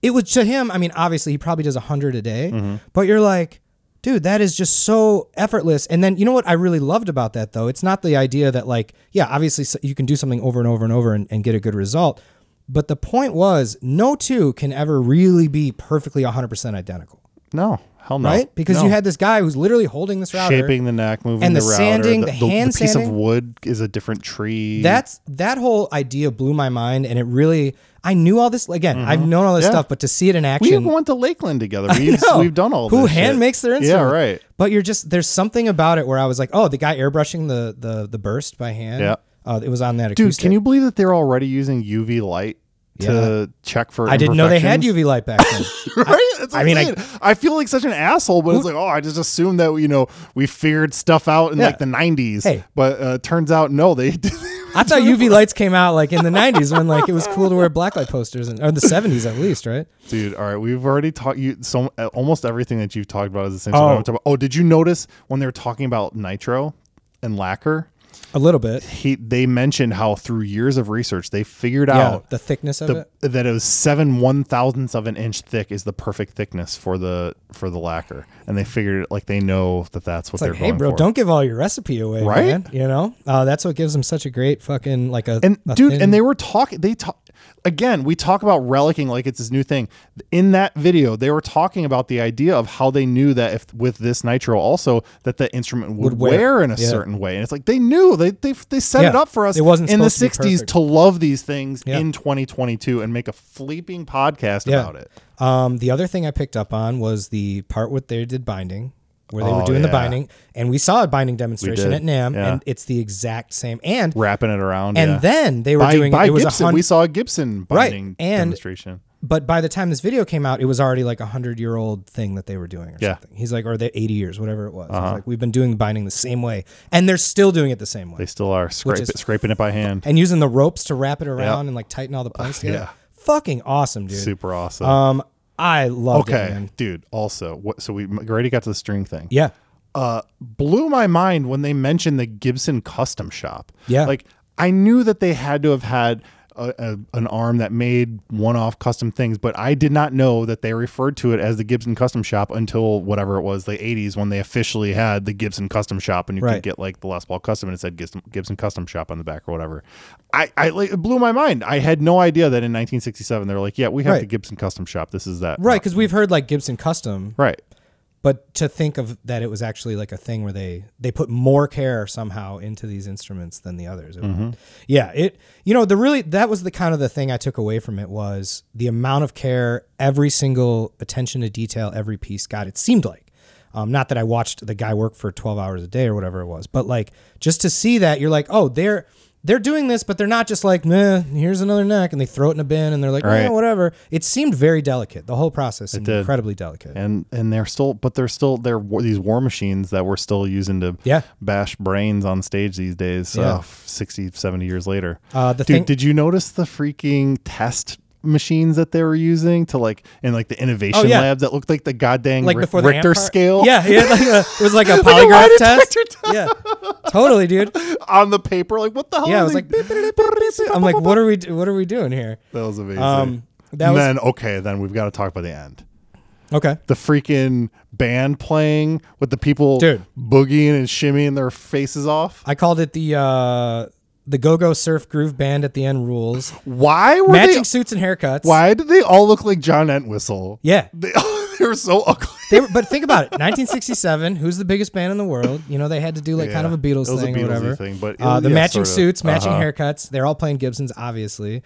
it was to him. I mean, obviously he probably does a hundred a day, Mm-hmm. but you're like, dude, that is just so effortless. And then you know what I really loved about that though? It's not the idea that like, yeah, obviously so- you can do something over and over and over and, and get a good result. But the point was, no two can ever really be perfectly 100% identical, No, hell no. right? Because No. you had this guy who's literally holding this router. shaping the neck, moving And the, the router, sanding, the hand piece of sanding. wood is a different tree. That's that whole idea blew my mind, and it really I knew all this again. I've known all this Mm-hmm. Yeah. stuff, but to see it in we action, even went to *laughs* Lakeland together. We've, No. we've done all Who this hand shit. makes their Yeah, instrument? right. But you're just there's something about it where I was like, oh, the guy airbrushing the the the burst by hand. Yeah. uh, it was on that. Dude, acoustic. can you believe that they're already using UV light to check for? I didn't know they had UV light back *laughs* then. right? That's what I I mean, mean, I- I, feel like such an asshole, but it's like, oh, I just assumed that you know we figured stuff out in Yeah. like the '90s, Hey. but uh, turns out no, they. *laughs* did I thought UV lights came out like in the '90s when like it was cool to wear blacklight posters, and, or the '70s at least, right? Dude, all right, we've already talked you so uh, almost everything that you've talked about is the same. Oh. Oh. About. oh, did you notice when they were talking about nitro and lacquer? A little bit. he they mentioned how through years of research they figured Yeah, out Uh, the thickness of it. that it was seven one thousandths of an inch thick is the perfect thickness for the for the lacquer, and they figured it like they know that that's what It's they're like, hey, going bro, for. don't give all your recipe away, Right? man. You know, uh, that's what gives them such a great fucking like a and a dude, thin- and they were talking. They talk again. We talk about relicking like it's this new thing. In that video, they were talking about the idea of how they knew that if with this nitro also that the instrument would, Would wear. wear. in a Yeah. certain way, and it's like they knew they they, they set it Yeah. up for us. It wasn't in the supposed to be '60s perfect. to love these things Yeah. in 2022 and make a fleeping podcast about it. Um, the other thing I picked up on was the part where they did binding, where they were Oh, doing the yeah. binding, and we saw a binding demonstration did, at Nam, yeah. and it's the exact same. And Wrapping it around and yeah. then they were by, doing by it was Gibson, a we hundred. saw a Gibson Right, binding and- demonstration. But by the time this video came out, it was already like a hundred year old thing that they were doing, or Yeah. Uh-huh. something. He's like, or the eighty years, whatever it was. He's like, we've been doing binding the same way, and they're still doing it the same way, They still are scrape, is- scraping it by hand. and using the ropes to wrap it around and like tighten all the points together. Uh, yeah. Fucking awesome, dude. Super awesome. Um, I loved it, Okay, man. dude. Also, what? So we already got to the string thing. Yeah, Uh, blew my mind when they mentioned the Gibson Custom Shop. Yeah. Like I knew that they had to have had a, a, an arm that made one-off custom things, but I did not know that they referred to it as the Gibson Custom Shop until whatever it was, the '80s, when they officially had the Gibson Custom Shop, and you Right. could get like the Les Paul Custom, and it said Gibson, Gibson Custom Shop on the back or whatever. I, I like, it blew my mind. I had no idea that in 1967 they were like, yeah, we have Right. the Gibson Custom Shop. This is that. right. Because we've heard like Gibson Custom, Right. but to think of that it was actually like a thing where they they put more care somehow into these instruments than the others It- Mm-hmm. yeah it you know the really that was the kind of the thing i took away from it was the amount of care every single attention to detail every piece got it seemed like um, not that i watched the guy work for 12 hours a day or whatever it was but like just to see that you're like oh they're they're doing this but they're not just like meh here's another neck and they throw it in a bin and they're like Right. "Eh, whatever it seemed very delicate the whole process seemed did. incredibly delicate and and they're still but they're still they're war, these war machines that we're still using to Yeah. bash brains on stage these days Yeah. uh, 60 70 years later Uh, the dude thing- did you notice the freaking test machines that they were using to like in like the innovation Oh, yeah. lab that looked like the goddamn like Ri- before the amp richter part? scale Yeah, yeah like a, it was *laughs* like a a polygraph lie test. detector *laughs* Yeah, totally, *laughs* dude. *laughs* on the paper like what the hell Yeah, are I was they- like, *laughs* I'm like, what are we, do- what are we doing here? that was amazing Um, that was then okay then we've got to talk about the end Okay. the freaking band playing with the people Dude. boogieing and shimmying their faces off. I called it the uh, the Go Go Surf Groove Band at the end rules. Why were Matching they? suits and haircuts. Why did they all look like John Entwistle? Yeah. They, *laughs* they were so ugly. They were, but think about it. 1967. Who's the biggest band in the world? You know, they had to do like kind of a Yeah, Beatles it was a thing or Beatles-y whatever. thing, but it- uh, the yeah, Uh-huh. matching sort of. suits, matching haircuts. They're all playing Gibsons, obviously.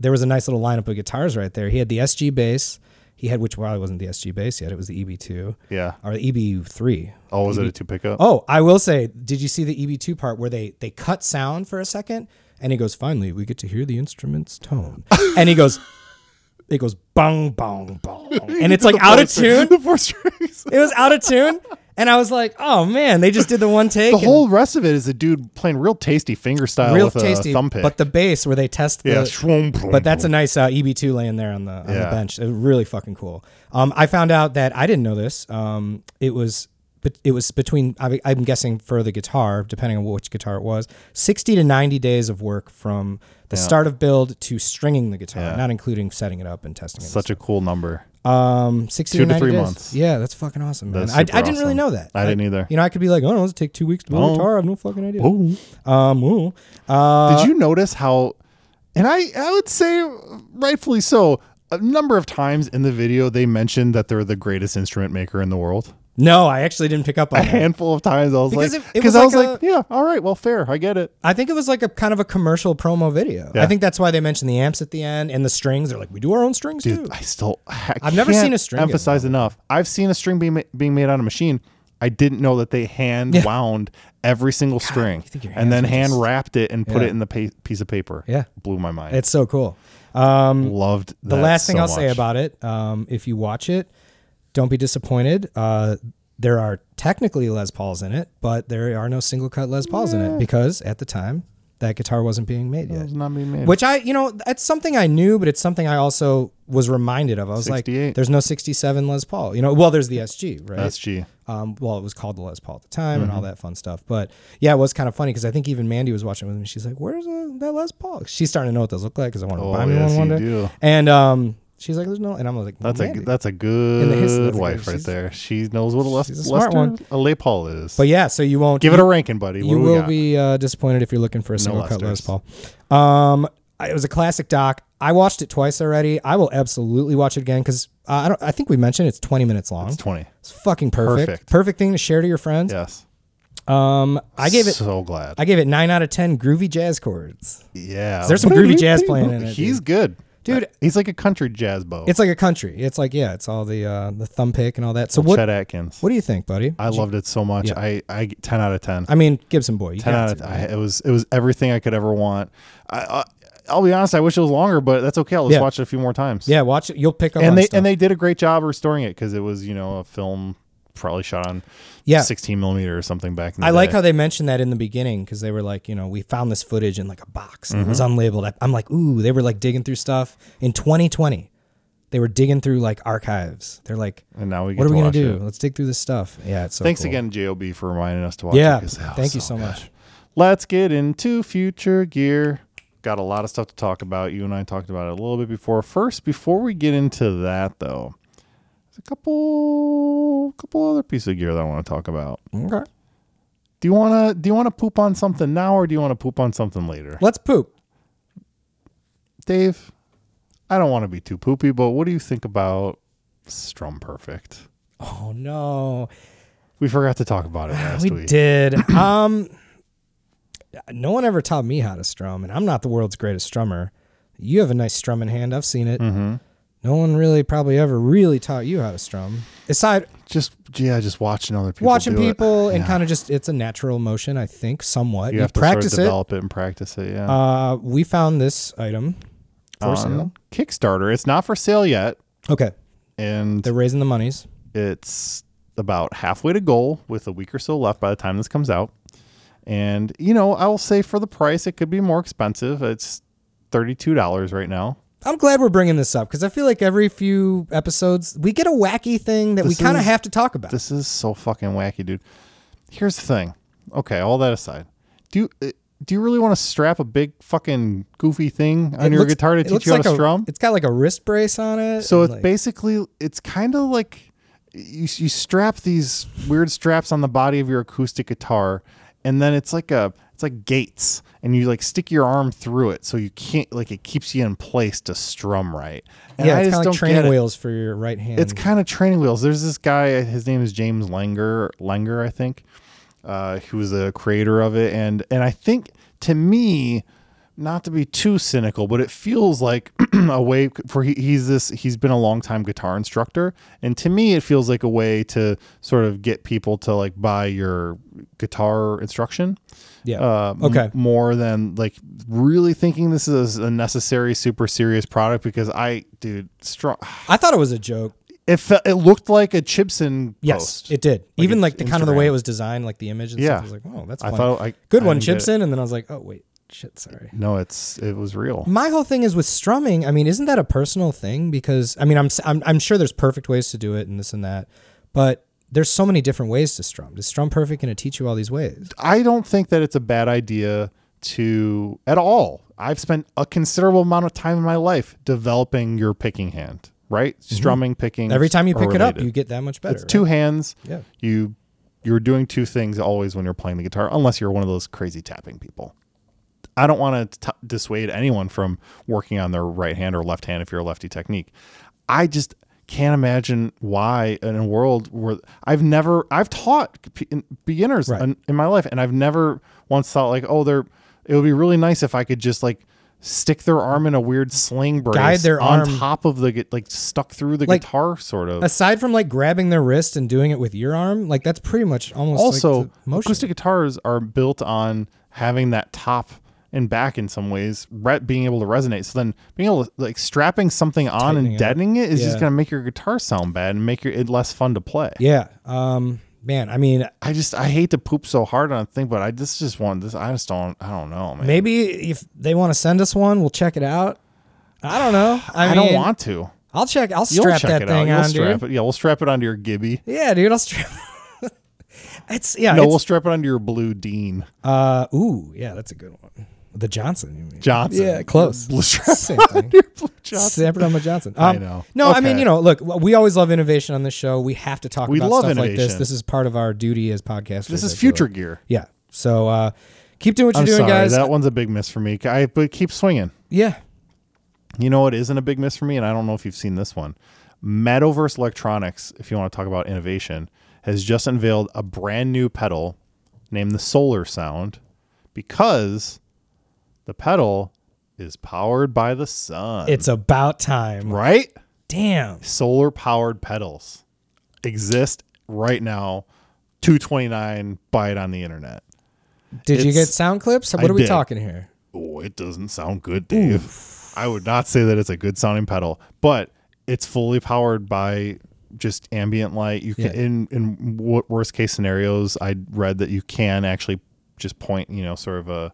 There was a nice little lineup of guitars right there. He had the SG bass. He had which probably wasn't the SG bass yet. It was the EB2 Yeah. or the EB3. Oh, was it a two pickup? Oh, I will say, did you see the EB2 part where they they cut sound for a second and he goes, "Finally, we get to hear the instrument's tone." and he goes *laughs* it goes bong bong *laughs* bong. And it's like out of tune. The four strings. It was out of tune. And I was like, "Oh man, they just did the one take." The and whole rest of it is a dude playing real tasty finger style real with tasty, a thumb pick. but the bass where they test the yeah, shwoom, But that's a nice uh, EB2 laying there on the, on Yeah. the bench. It was really fucking cool. Um, I found out that I didn't know this. Um, it was but it was between I, I'm guessing for the guitar, depending on which guitar it was, 60 to 90 days of work from the start of build to stringing the guitar, not including setting it up and testing it. such a cool number. um, 60 two to to 90 three days. months. Yeah, that's fucking awesome, man. That's I, I super didn't really awesome. know that. I didn't either. You know, I could be like, oh, no, it take two weeks to build a guitar. I have no fucking idea. Oh. Um, ooh. Uh, Did you notice how? And I, I would say, rightfully so. A number of times in the video, they mentioned that they're the greatest instrument maker in the world. no, I actually didn't pick up on A *laughs* that. handful of times, I was Because like, it- it because was I was like like, yeah, all right, well, fair, I get it. I think it was like a kind of a commercial promo video. Yeah. I think that's why they mentioned the amps at the end and the strings. They're like, we do our own strings too. Dude, I still, I I've never can't seen a string get Emphasize enough. I've seen a string being ma- being made on a machine. I didn't know that they hand wound every single string think your and then hands hand were wrapped it and put Yeah. it in the pa- piece of paper. Yeah. blew my mind. It's so cool. Loved The last thing I'll say about it, um, if you watch it, don't be disappointed. Uh, there are technically Les Pauls in it, but there are no single cut Les Pauls in it because at the time that guitar wasn't being made yet. It's not being made. Which I, you know, that's something I knew, but it's something I also was reminded of. I was 68. like, there's no 67 Les Paul. You know, well, there's the SG, right? SG. um, well, it was called the Les Paul at the time and Mm-hmm. all that fun stuff. But yeah, it was kind of funny because I think even Mandy was watching with me. She's like, "Where's uh, that Les Paul?" She's starting to know what those look like because I want to buy me Oh, yes, one one you day. do. And um, she's like, "There's no," and I'm like, That's "Mandy." a that's a good the history, that's a wife good- right she's- there. She knows what a Lester, she's a smart one. a Les Paul is. But yeah, so you won't give it a ranking, buddy. What you do we will got? be uh, disappointed if you're looking for a single cut Les Lesters. Paul. Um, I- it was a classic doc. I watched it twice already. I will absolutely watch it again because uh, I don't. I think we mentioned it's 20 minutes long. It's It's, twenty. fucking perfect. Perfect. perfect. thing to share to your friends. Yes. Um, I gave it. so glad. I gave it nine out of ten groovy jazz chords. yeah. There's some groovy jazz playing *laughs* in it, He's good. Dude. He's like a country jazz bow. It's like a country. It's like yeah, it's all the uh, the thumb pick and all that. So what Chet Atkins. what do you think, buddy? I loved it so much. I, I ten out of ten. I mean, Gibson boy, you ten got out of to. I, it was it was everything I could ever want. I, I I'll be honest. I wish it was longer, but that's okay. I'll just Yeah. watch it a few more times. Yeah, watch it. You'll pick up on And they stuff. and they did a great job restoring it because it was you know a film probably shot on Yeah. 16 millimeter or something back in the I like day. how they mentioned that in the beginning because they were like, you know, we found this footage in like a box and it was Mm-hmm. unlabeled. I, I'm like, ooh, they were like digging through stuff in 2020. They were digging through like archives. They're like, And now we get what are to we gonna watch do? it. Let's dig through this stuff. Yeah, it's so Thanks cool. again, JOB, for reminding us to watch it. Yeah, 'cause that was thank you so good. much. Oh, Let's get into future gear. Got a lot of stuff to talk about. You and I talked about it a little bit before. First, before we get into that, though, there's a couple couple other pieces of gear that I want to talk about. Okay. Do you wanna do you wanna poop on something now or do you wanna poop on something later? Let's poop. Dave, I don't want to be too poopy, but what do you think about Strum Perfect? Oh no. We forgot to talk about it *sighs* last we week. *clears throat* did. um, no one ever taught me how to strum, and I'm not the world's greatest strummer. You have a nice strumming hand. I've seen it. Mm-hmm. No one really probably ever really taught you how to strum. Aside Just yeah, just watching other people. watching do it. people and Yeah. kind of just it's a natural motion, I think, somewhat. you, You, have to practice sort of it. develop it. and practice it. Yeah. Uh, we found this item for on sale. Kickstarter. It's not for sale yet, Okay, and they're raising the monies. it's about halfway to goal with a week or so left by the time this comes out. And you know, I will say for the price, it could be more expensive. It's thirty-two dollars right now. I'm glad we're bringing this up because I feel like every few episodes we get a wacky thing that This we kind of is- have to talk about. This is so fucking wacky, dude. Here's the thing. Okay, all that aside, do you, uh, do you really want to strap a big fucking goofy thing on It your looks- guitar to it teach looks you how like to a- strum? It's got like a wrist brace on it. So and, it's like, basically it's kind of like you, you strap these weird straps on the body of your acoustic guitar, and then it's like a it's like gates, and you like stick your arm through it, so you can't like it keeps you in place to strum right. And yeah, I it's kind just of like don't training get it. wheels for your right hand. It's kind of training wheels. There's this guy. His name is James Langer. Langer, I think, uh, who was the creator of it. And and I think to me, not to be too cynical, but it feels like *clears throat* a way for he, he's this. He's been a long time guitar instructor, and to me, it feels like a way to sort of get people to like buy your guitar instruction yeah. uh, m- Okay. more than like really thinking this is a necessary super serious product because i dude strong I thought it was a joke. it felt it looked like a Chibson Yes, post. it did. Even it's like the kind of the way Instagram. it was designed, like the image. And Yeah. stuff, I was like, oh, that's I funny. thought I good I one, didn't get it. Chipson. And then I was like, oh wait, shit, sorry. No, it's it was real. My whole thing is with strumming. I mean, isn't that a personal thing? Because I mean, I'm s- I'm, I'm sure there's perfect ways to do it and this and that, but there's so many different ways to strum. Is strum perfect going to teach you all these ways? I don't think that it's a bad idea to at all. I've spent a considerable amount of time in my life developing your picking hand, right? Strumming, picking. Mm-hmm. Every time you are pick it up, related. you get that much better. it's two hands. Yeah. You you're doing two things always when you're playing the guitar, unless you're one of those crazy tapping people. I don't want to dissuade anyone from working on their right hand or left hand if you're a lefty technique. I just can't imagine why in a world where I've never I've taught p- in- beginners Right. in, in my life and I've never once thought like oh they're it would be really nice if I could just like stick their arm in a weird sling brace their on arm- top of the gu- like stuck through the Like, guitar sort of Aside from like grabbing their wrist and doing it with your arm, like that's pretty much almost like, also the motion. acoustic guitars are built on having that top and back in some ways re- being able to resonate so then being able to like strapping something on Tightening it and up. deadening it is just Yeah. going to make your guitar sound bad and make your, it less fun to play Yeah. Um. Man, I mean, i just i hate to poop so hard on a thing but i just just want this i just don't i don't know man maybe if they want to send us one, we'll check it out. I don't know. I, i, mean, don't want to I'll check. I'll you'll strap check that it thing on, out you'll strap dude. it yeah we'll strap it onto your gibby *laughs* Yeah, dude. I'll strap. it's yeah. no it's- we'll strap it onto your blue dean Uh, ooh, yeah, that's a good one. The Johnson, *laughs* you mean? johnson *laughs* Yeah, close. We'll strap Same it thing. onto *laughs* your blue johnson Separate on the Johnson. I Um, know. No, I mean, Okay. you know, look, w- we always love innovation on this show. We have to talk We about love stuff like this. innovation. This is part of our duty as podcasters. this I is feel future like. gear Yeah. So uh, keep doing what you're I'm doing, sorry, guys. That one's a big miss for me. I but keep swinging. yeah. You know what isn't a big miss for me, and I don't know if you've seen this one. Metaverse Electronics, if you want to talk about innovation, has just unveiled a brand new pedal named the Solar Sound because the pedal is powered by the sun. It's about time. right? Damn. Solar powered pedals exist right now. 229 buy it on the internet. Did you It's- get sound clips? What I are we did. talking here? oh, it doesn't sound good, Dave. I would not say that it's a good sounding pedal, but it's fully powered by just ambient light. You can Yeah. in in wo- worst case scenarios, I read that you can actually just point, you know, sort of a, like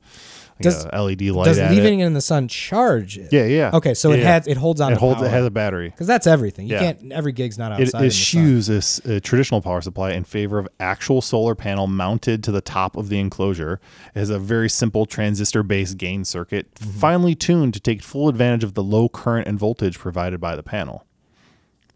Does- a LED light Does at leaving it. it in the sun charge it? Yeah, yeah. Okay, so it Yeah. has it holds on. it to holds power. it has a battery. because that's everything. You Yeah. can't. Every gig's not outside. It in the sun. eschews this uh, traditional power supply in favor of actual solar panel mounted to the top of the enclosure. It has a very simple transistor based gain circuit, Mm-hmm. finely tuned to take full advantage of the low current and voltage provided by the panel.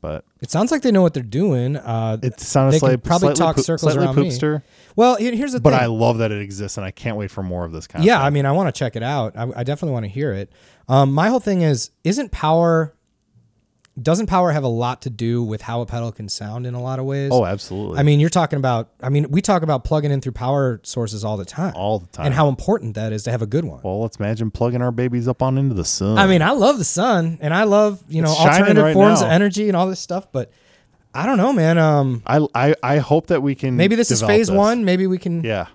But It sounds like they know what they're doing. Uh, it sounds They could like probably slightly talk poop- circles slightly around me. poopster, well, here- here's the but thing. I love that it exists and I can't wait for more of this kind. yeah, I mean, I want to check it out. I, I definitely want to hear it. Um, my whole thing is, isn't power? Doesn't power have a lot to do with how a pedal can sound in a lot of ways? Oh, absolutely. I mean, you're talking about. I mean, we talk about plugging in through power sources all the time, all the time. Oh, and how important that is to have a good one. well, let's imagine plugging our babies up on into the sun. I mean, I love the sun, and I love you know It's shining alternative right forms now. of energy and all this stuff. But I don't know, man. Um, I, I, I hope that we can. maybe this is develop phase this. one. Maybe we can, Yeah.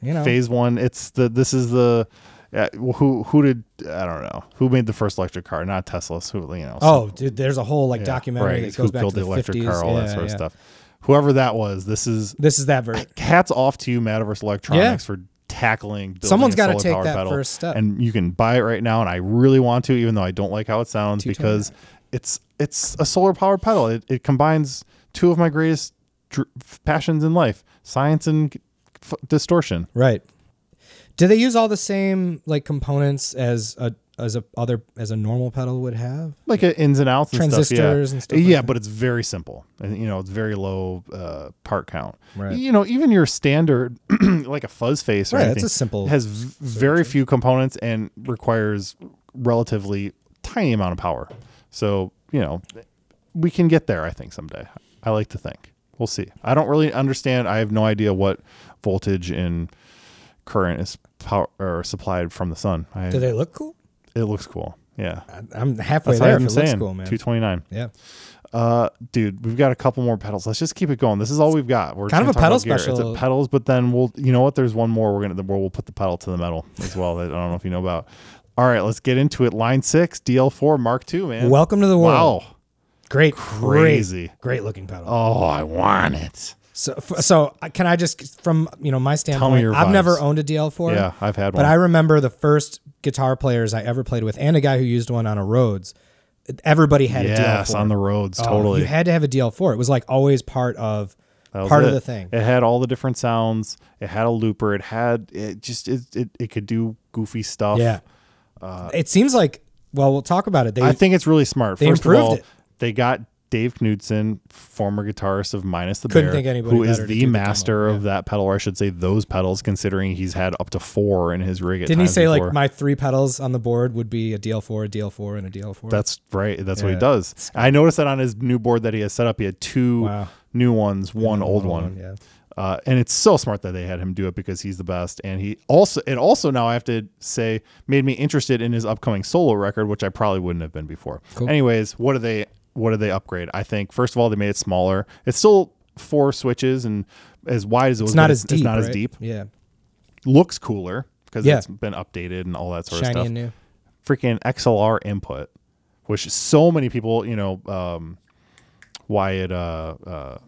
you know, phase one. It's the this is the uh, who who did I don't know who made the first electric car? Not Tesla. So you know. some- Oh, dude, there's a whole like yeah, documentary right, that goes who back built to the, the electric 50s. car, all that Yeah, sort of yeah. stuff. Whoever that was, this is This is that version. hats off to you, Metaverse Electronics, for tackling. building Someone's a gotta solar take powered that pedal. first step. and you can buy it right now. And I really want to, even though I don't like how it sounds, because it's it's a solar powered pedal. It, it combines two of my greatest dr- passions in life: science and f- distortion. *clears throat* Right. Do they use all the same like components as a as a other as a normal pedal would have? like uh, ins and outs and Transistors stuff, yeah. and stuff like yeah that. but it's very simple and you know it's very low uh, part count Right. you know even your standard *clears throat* like a fuzz face or Right, it's anything a simple has v- very few components and requires relatively tiny amount of power so you know we can get there i think someday i like to think we'll see i don't really understand i have no idea what voltage and current is power or supplied from the sun I, Do they look cool? it looks cool yeah I- I'm halfway that's what there. If i'm it looks saying cool, man. 229 Yeah, uh, dude, we've got a couple more pedals. Let's just keep it going. This is all we've got. We're Kind just of gonna a talk pedal about gear. special. It's a pedals, but then we'll, you know what? There's one more. We're gonna where we'll put the pedal to the metal as well. That I don't know if you know about. All right, let's get into it. Line six, DL4 Mark II, man. Welcome to the world. Wow. Great, Crazy. great, great looking pedal. Oh, I want it. So, f- so uh, can I just from you know my standpoint? your I've vibes. never owned a DL4. Yeah, I've had one. But I remember the first guitar players I ever played with, and a guy who used one on a Rhodes. Everybody had a DL4. yes, on the roads, Oh, totally. You had to have a DL4. It was like always part of That was part of it. the thing. It had all the different sounds. It had a looper. It had it just it it, it could do goofy stuff. Yeah. it seems like well, we'll talk about it. They Uh, I think it's really smart. they First of improved all, it. they got Dave Knudsen, former guitarist of Minus the Couldn't Bear, think anybody who is better to do the the master of that pedal, or I should say those pedals, considering he's had up to four in his rig. At didn't he times say before. like my three pedals on the board would be a DL4, a DL4, and a DL4? That's right. That's what he Yeah. does. I noticed that on his new board that he has set up, he had two Wow. new ones, one old one. yeah. Uh, and it's so smart that they had him do it because he's the best. And he also, it also now I have to say, made me interested in his upcoming solo record, which I probably wouldn't have been before. Anyways, what do they, what do they upgrade? I think first of all they made it smaller. It's still four switches and as wide as it was, It's but not as deep. It's not as right? deep. Yeah. Looks cooler because Yeah. it's been updated and all that sort of Shiny stuff and new. freaking XLR input, which so many people, you know, um, Wyatt, uh, uh,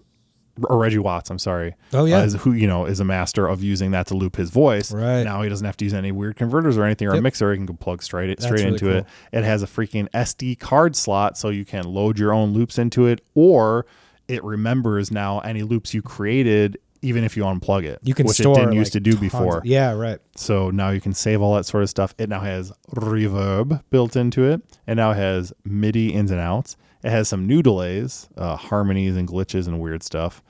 or Reggie Watts, I'm sorry. Oh, yeah. uh, is- who, you know, is a master of using that to loop his voice. Right. Now he doesn't have to use any weird converters or anything or a Yep. mixer. He can go plug straight, it straight really into it. It has a freaking SD card slot so you can load your own loops into it or it remembers now any loops you created even if you unplug it. You can which store it didn't used like, to do tons- before. Yeah, right. So now you can save all that sort of stuff. It now has reverb built into it. It now has MIDI ins and outs. It has some new delays, uh, harmonies and glitches and weird stuff.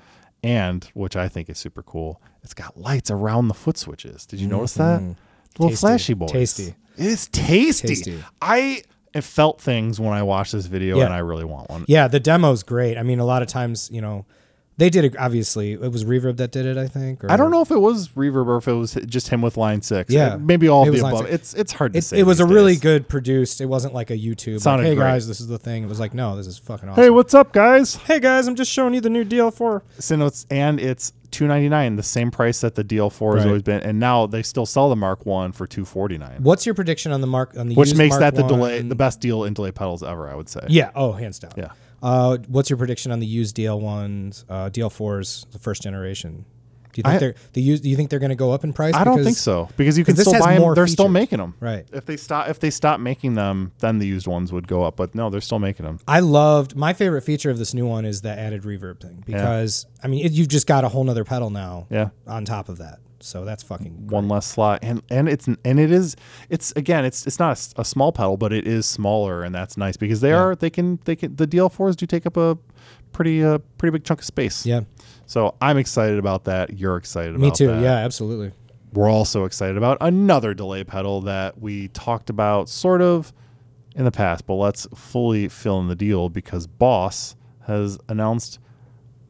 And which I think is super cool, it's got lights around the foot switches. Did you notice that? Little Mm-hmm. Tasty. flashy boys. Tasty. It's tasty. Tasty. I I felt things when I watched this video, Yeah. and I really want one. Yeah, the demo's great. I mean, a lot of times, you know, they did it. Obviously, it was Reverb that did it. I think. Or I don't know if it was reverb or if it was just him with line six. Yeah. maybe all It of was the line above. six. It's it's hard to It, say. it was a these really days. good produced. It wasn't like a YouTube. Like, Sounded hey great. guys, this is the thing. It was like, no, this is fucking awesome. Hey, what's up, guys? hey guys, I'm just showing you the new DL4. So no, it's and it's two ninety nine, the same price that the DL4 has Right. always been, and now they still sell the Mark One for two forty nine, What's your prediction on the mark on the which used makes Mark that the I? delay, the best deal in delay pedals ever, I would say. Yeah. Oh, hands down. Yeah. Uh, what's your prediction on the used DL ones, uh, DL fours, the first generation? Do you think I- they're the used? Do you think they're going to go up in price? I don't think Because- so because you can 'cause this still has buy them. more They're still features. making them. Right. If they stop, if they stop making them, then the used ones would go up. But no, they're still making them. I loved my favorite feature of this new one is the added reverb thing because I mean it, you've just got a whole nother pedal now. Yeah. On top of that, so that's fucking One less slot, and and it's and it is it's again it's it's not a s- a, small pedal, but it is smaller, and that's nice because they are they can they can the DL4s do take up a pretty uh pretty big chunk of space. yeah. So I'm excited about that. You're excited about Me too. that. Yeah, absolutely. We're also excited about another delay pedal that we talked about sort of in the past, but let's fully fill in the deal because Boss has announced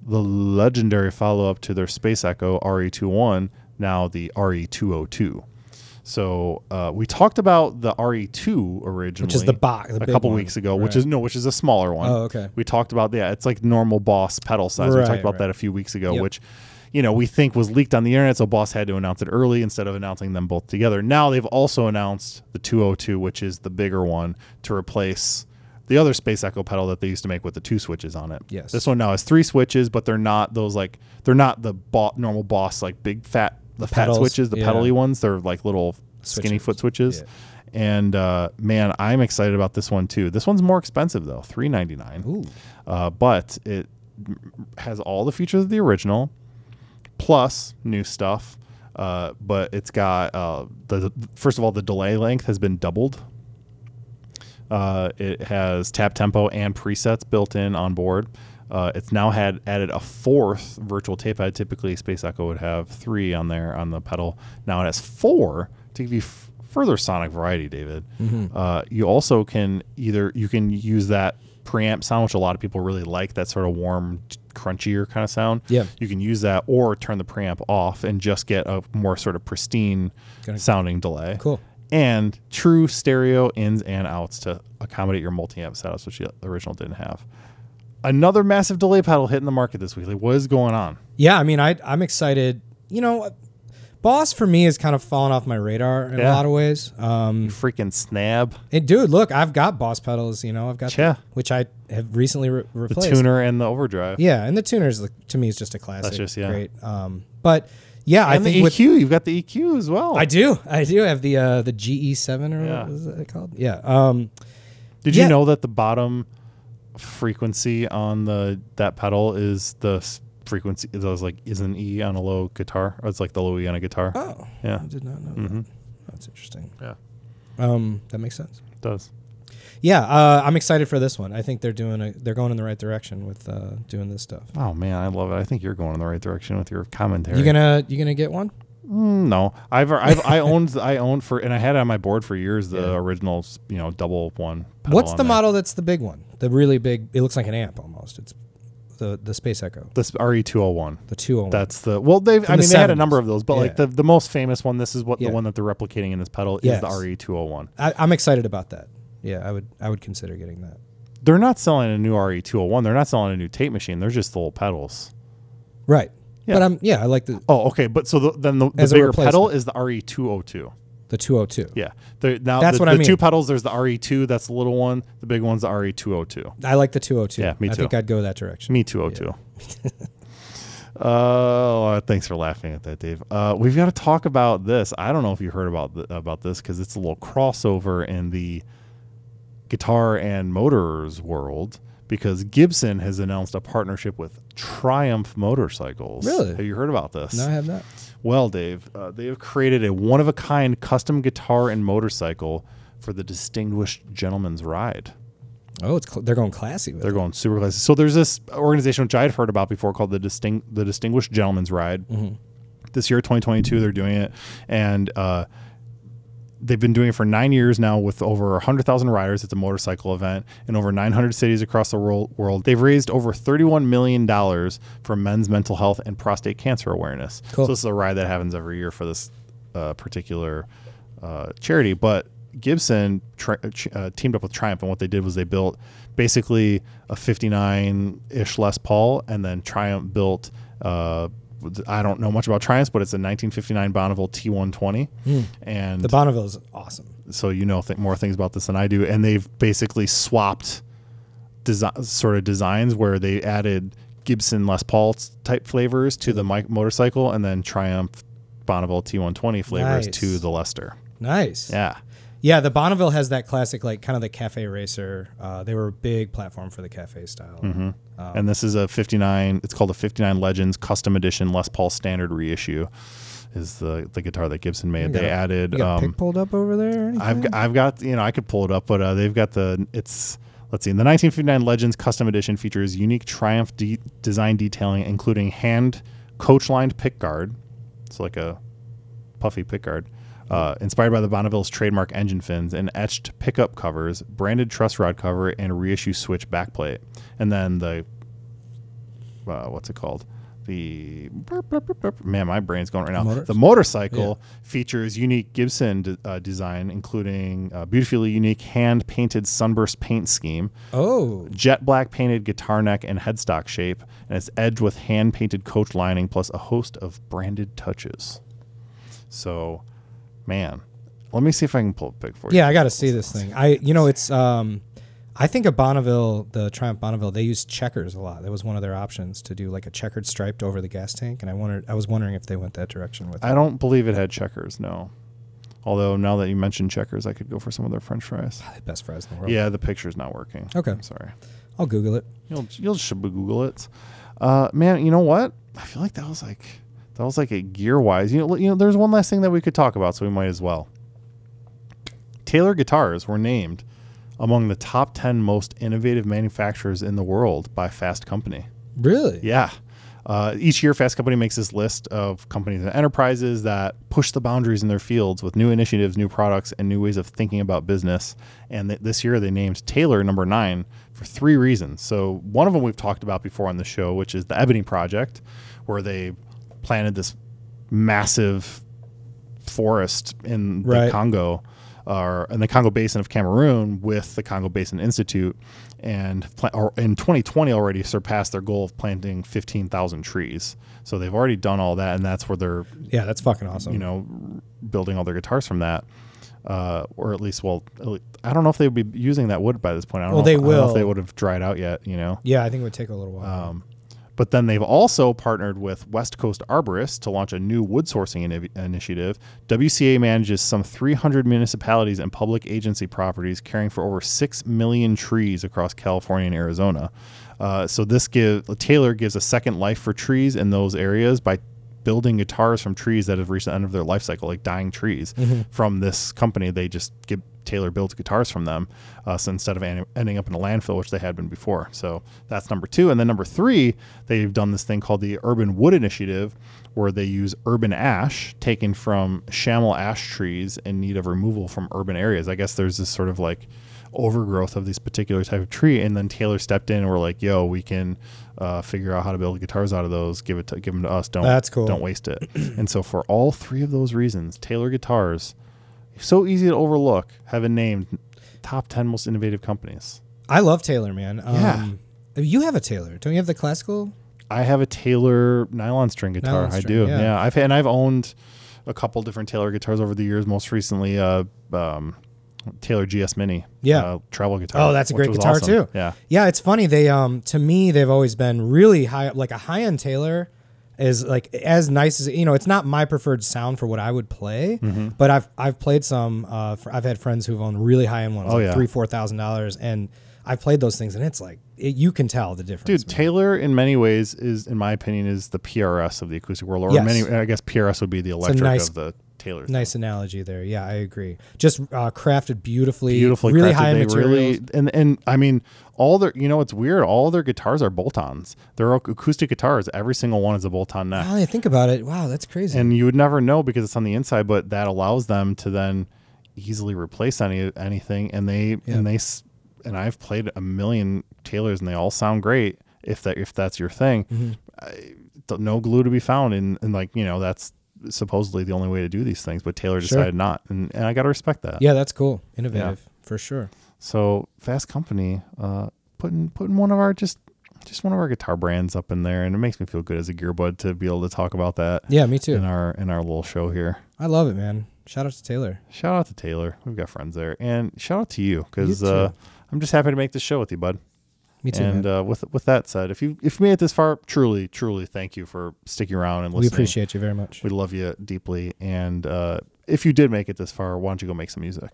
the legendary follow up to their Space Echo E RE21, oh now the E RE202. So uh, we talked about the RE2 originally, Which is the box, the a big couple one. weeks ago, which is no, which is a smaller one. Oh, okay. We talked about yeah, it's like normal Boss pedal size. we talked Right, about right. that a few weeks ago, Yep. which you know we think was leaked on the internet. So Boss had to announce it early instead of announcing them both together. Now they've also announced the 202, which is the bigger one to replace the other Space Echo pedal that they used to make with the two switches on it. Yes. This one now has three switches, but they're not those like they're not the bo- normal Boss like big fat the, fat pedals, switches, the yeah. pedally ones. They're like little skinny Switches. foot switches. And uh, man, I'm excited about this one too. This one's more expensive though, three ninety nine. Uh, but it has all the features of the original, plus new stuff. Uh, but it's got uh, the first of all the delay length has been doubled. Uh, it has tap tempo and presets built in on board. Uh, it's now had added a fourth virtual tape head. Typically, Space Echo would have three on there on the pedal. Now it has four to give you f- further sonic variety, David. Uh, you also can either you can use that preamp sound, which a lot of people really like, that sort of warm, crunchier kind of sound. Yeah. you can use that or turn the preamp off and just get a more sort of pristine Gonna- sounding delay Cool. and true stereo ins and outs to accommodate your multi-amp setups, which the original didn't have. Another massive delay pedal hitting the market this week. Like, what is going on? Yeah, I mean, I I'm excited. You know, Boss for me has kind of fallen off my radar in Yeah. a lot of ways. Um, Freaking snab, and dude, look, I've got Boss pedals. You know, I've got the- Yeah. which I have recently re- the replaced. tuner and the overdrive. Yeah, and the tuners like, to me is just a classic. just- yeah. great. Um, but yeah, I and think the E with EQ. You've got the EQ as well. I do, I do have the uh, the GE7 or Yeah. what was it called? Yeah. Um, Did you yeah. know that the bottom frequency on the that pedal is the s- frequency that was like is an E on a low guitar? Or it's like the low E on a guitar. oh, Yeah. I did not know that. That's interesting. Mm-hmm. Yeah. Um, that makes sense. It does. Yeah, uh, I'm excited for this one. I think they're doing a, they're going in the right direction with uh, doing this stuff. Oh man, I love it. I think you're going in the right direction with your commentary. You gonna you gonna get one? Mm, no, I've, I've I owned I owned for and I had it on my board for years the original you know double one. pedal What's on the there. model that's the big one? The really big. It looks like an amp almost. It's the the Space Echo, This RE E two hundred one. the 201. That's the well they've I the mean they had a 70s. number of those but like Yeah. the the most famous one this is what Yeah. the one that they're replicating in this pedal Yes. is the RE two hundred one. I, I'm excited about that. Yeah, I would I would consider getting that. They're not selling a new RE two hundred one. They're not selling a new tape machine. They're just the little pedals. Right. Yeah. But I'm yeah I like the Oh okay, but so the, then the, the As a bigger pedal is the RE two hundred two. the 202. Yeah, They're- now That's the, what I the two mean. pedals. There's the RE two. That's the little one. The big one's the RE two hundred two. I like the 202. Yeah, me I think too. I'd go that direction. Me 202. *laughs* uh, thanks for laughing at that, Dave. Uh, we've got to talk about this. I don't know if you heard about th- about this because it's a little crossover in the guitar and motors world. Because Gibson has announced a partnership with Triumph Motorcycles. Really? Have you heard about this? No, I have not. Well, Dave, uh, they have created a one of a kind custom guitar and motorcycle for the distinguished gentleman's ride. Oh, it's cl- they're going classy with They're it. going super classy. So there's this organization which I had heard about before called the distinct the Distinguished Gentleman's Ride. This year, 2022, they're doing it, and uh, they've been doing it for nine years now with over 100,000 riders. It's a motorcycle event in over 900 cities across the world. world. They've raised over 31 million dollars for men's mental health and prostate cancer awareness. Cool. So this is a ride that happens every year for this uh, particular uh, charity, but. Gibson tri- uh, ch- uh, teamed up with Triumph, and what they did was they built basically a 59 ish Les Paul, and then Triumph built uh, I don't know much about Triumphs, but it's a 1959 Bonneville T120, and Hmm. The Bonneville's awesome. so you know th- more things about this than I do. And they've basically swapped desi- sort of designs where they added Gibson Les Paul s- type flavors to the mic- motorcycle, and then Triumph Bonneville T120 flavors Nice. to the Lester. Nice. Yeah. Yeah, the Bonneville has that classic, like kind of the cafe racer. Uh, they were a big platform for the cafe style. Mm-hmm. and this is a 59 it's called a 59 legends custom edition les paul standard reissue is the, the guitar that gibson made they got a- added You got a um, pick pulled up over there. Or anything? I've g- I've got you know I could pull it up, but uh, they've got the it's let's see the 1959 Legends Custom Edition features unique Triumph de- design detailing, including hand coach lined pick guard, it's like a puffy pick guard. Uh, inspired by the Bonneville's trademark engine fins and etched pickup covers, branded truss rod cover, and reissue switch backplate, and then the uh, what's it called? The burp, burp, burp, burp. man, my brain's going right now. Motors? The motorcycle features unique Gibson de- uh, design, including a beautifully unique hand painted sunburst paint scheme, oh, jet black painted guitar neck and headstock shape, and it's edged with hand painted coach lining plus a host of branded touches. So, man, let me see if I can pull a pic for you. yeah, I got to see this thing. I, you know, it's. Um, I think a Bonneville, the Triumph Bonneville, they used checkers a lot. That was one of their options to do like a checkered striped over the gas tank. And I wondered, I was wondering if they went that direction with. it. I don't believe it had checkers, no. Although now that you mentioned checkers, I could go for some of their french fries. Best fries in the world. Yeah, the picture's not working. Okay. I'm sorry. I'll Google it. You'll you'll just Google it. Uh, man, you know what? I feel like that was like That was like a gear wise. You know, you know, there's one last thing that we could talk about, so we might as well. Taylor guitars were named among the top 10 most innovative manufacturers in the world by Fast Company. Really? Yeah. Uh, each year, Fast Company makes this list of companies and enterprises that push the boundaries in their fields with new initiatives, new products, and new ways of thinking about business. And th- this year, they named Taylor number nine for three reasons. So, one of them we've talked about before on the show, which is the Ebony Project, where they planted this massive forest in the Right. Congo or in the Congo Basin of Cameroon with the Congo Basin Institute, and pla- or in 2020 already surpassed their goal of planting 15,000 trees. So they've already done all that, and that's where they're Yeah, that's fucking awesome. you know building all their guitars from that. Uh, or at least, well, at le- I don't know if they would be using that wood by this point. I don't Well, know, they I don't know will. if they would have dried out yet. You know, yeah, I think it would take a little while. Um, but then they've also partnered with West Coast Arborists to launch a new wood sourcing ini- initiative. WCA manages some 300 municipalities and public agency properties, caring for over 6 million trees across California and Arizona. Uh, so this give Taylor gives a second life for trees in those areas by building guitars from trees that have reached the end of their life cycle, like dying trees from this company. They just give Taylor builds guitars from them uh, so instead of an- ending up in a landfill, which they had been before. So that's number two. And then number three, they've done this thing called the Urban Wood Initiative, where they use urban ash taken from chamel ash trees in need of removal from urban areas. I guess there's this sort of like overgrowth of this particular type of tree. And then Taylor stepped in and we're like, yo, we can uh, figure out how to build guitars out of those. Give it to, give them to us. Don't, That's cool. Don't waste it. *clears throat* and so for all three of those reasons, Taylor guitars, so easy to overlook, have been named top 10 most innovative companies. I love Taylor, man. Yeah. Um, You have a Taylor, don't you? Have the classical? I have a Taylor nylon string guitar. Nylon I string, do. Yeah. yeah. I've and I've owned a couple different Taylor guitars over the years. Most recently, uh, um, Taylor GS Mini. Yeah. Uh, travel guitar. Oh, that's a which great was guitar awesome. too. Yeah. Yeah, it's funny. They um to me they've always been really high like a high end Taylor is like as nice as you know, it's not my preferred sound for what I would play, Mm-hmm. but I've I've played some uh for, I've had friends who've owned really high end ones, Oh, like yeah. three, four thousand dollars and I've played those things and it's like it, you can tell the difference. Dude, Taylor in many ways is, in my opinion, is the PRS of the acoustic world, or Yes. many. I guess PRS would be the electric nice- of the Taylor. Nice analogy there. Yeah, I agree. Just uh, crafted beautifully, Beautifully really crafted. high end they materials. really and and I mean all their you know it's weird all their guitars are bolt-ons. They're all acoustic guitars. Every single one is a bolt-on *gasps* neck. now that I think about it, wow, that's crazy. and you would never know because it's on the inside but that allows them to then easily replace any anything and they and they s- and I've played a million Taylors and they all sound great if that if that's your thing Mm-hmm. I- th- no glue to be found and, and like you know that's supposedly the only way to do these things but Taylor Sure. decided not and, and I got to respect that yeah, that's cool. Innovative for sure. so Fast Company, uh, putting putting one of our just just one of our guitar brands up in there, and it makes me feel good as a gearbud to be able to talk about that Yeah, me too. in our in our little show here. I love it, man. Shout out to Taylor. Shout out to Taylor, we've got friends there, and shout out to you because You too. uh, I'm just happy to make this show with you, bud. Me too. man. and uh, with with that said, if you if you made it this far, truly truly thank you for sticking around and we listening. appreciate you very much. We love you deeply, and uh, if you did make it this far, why don't you go make some music?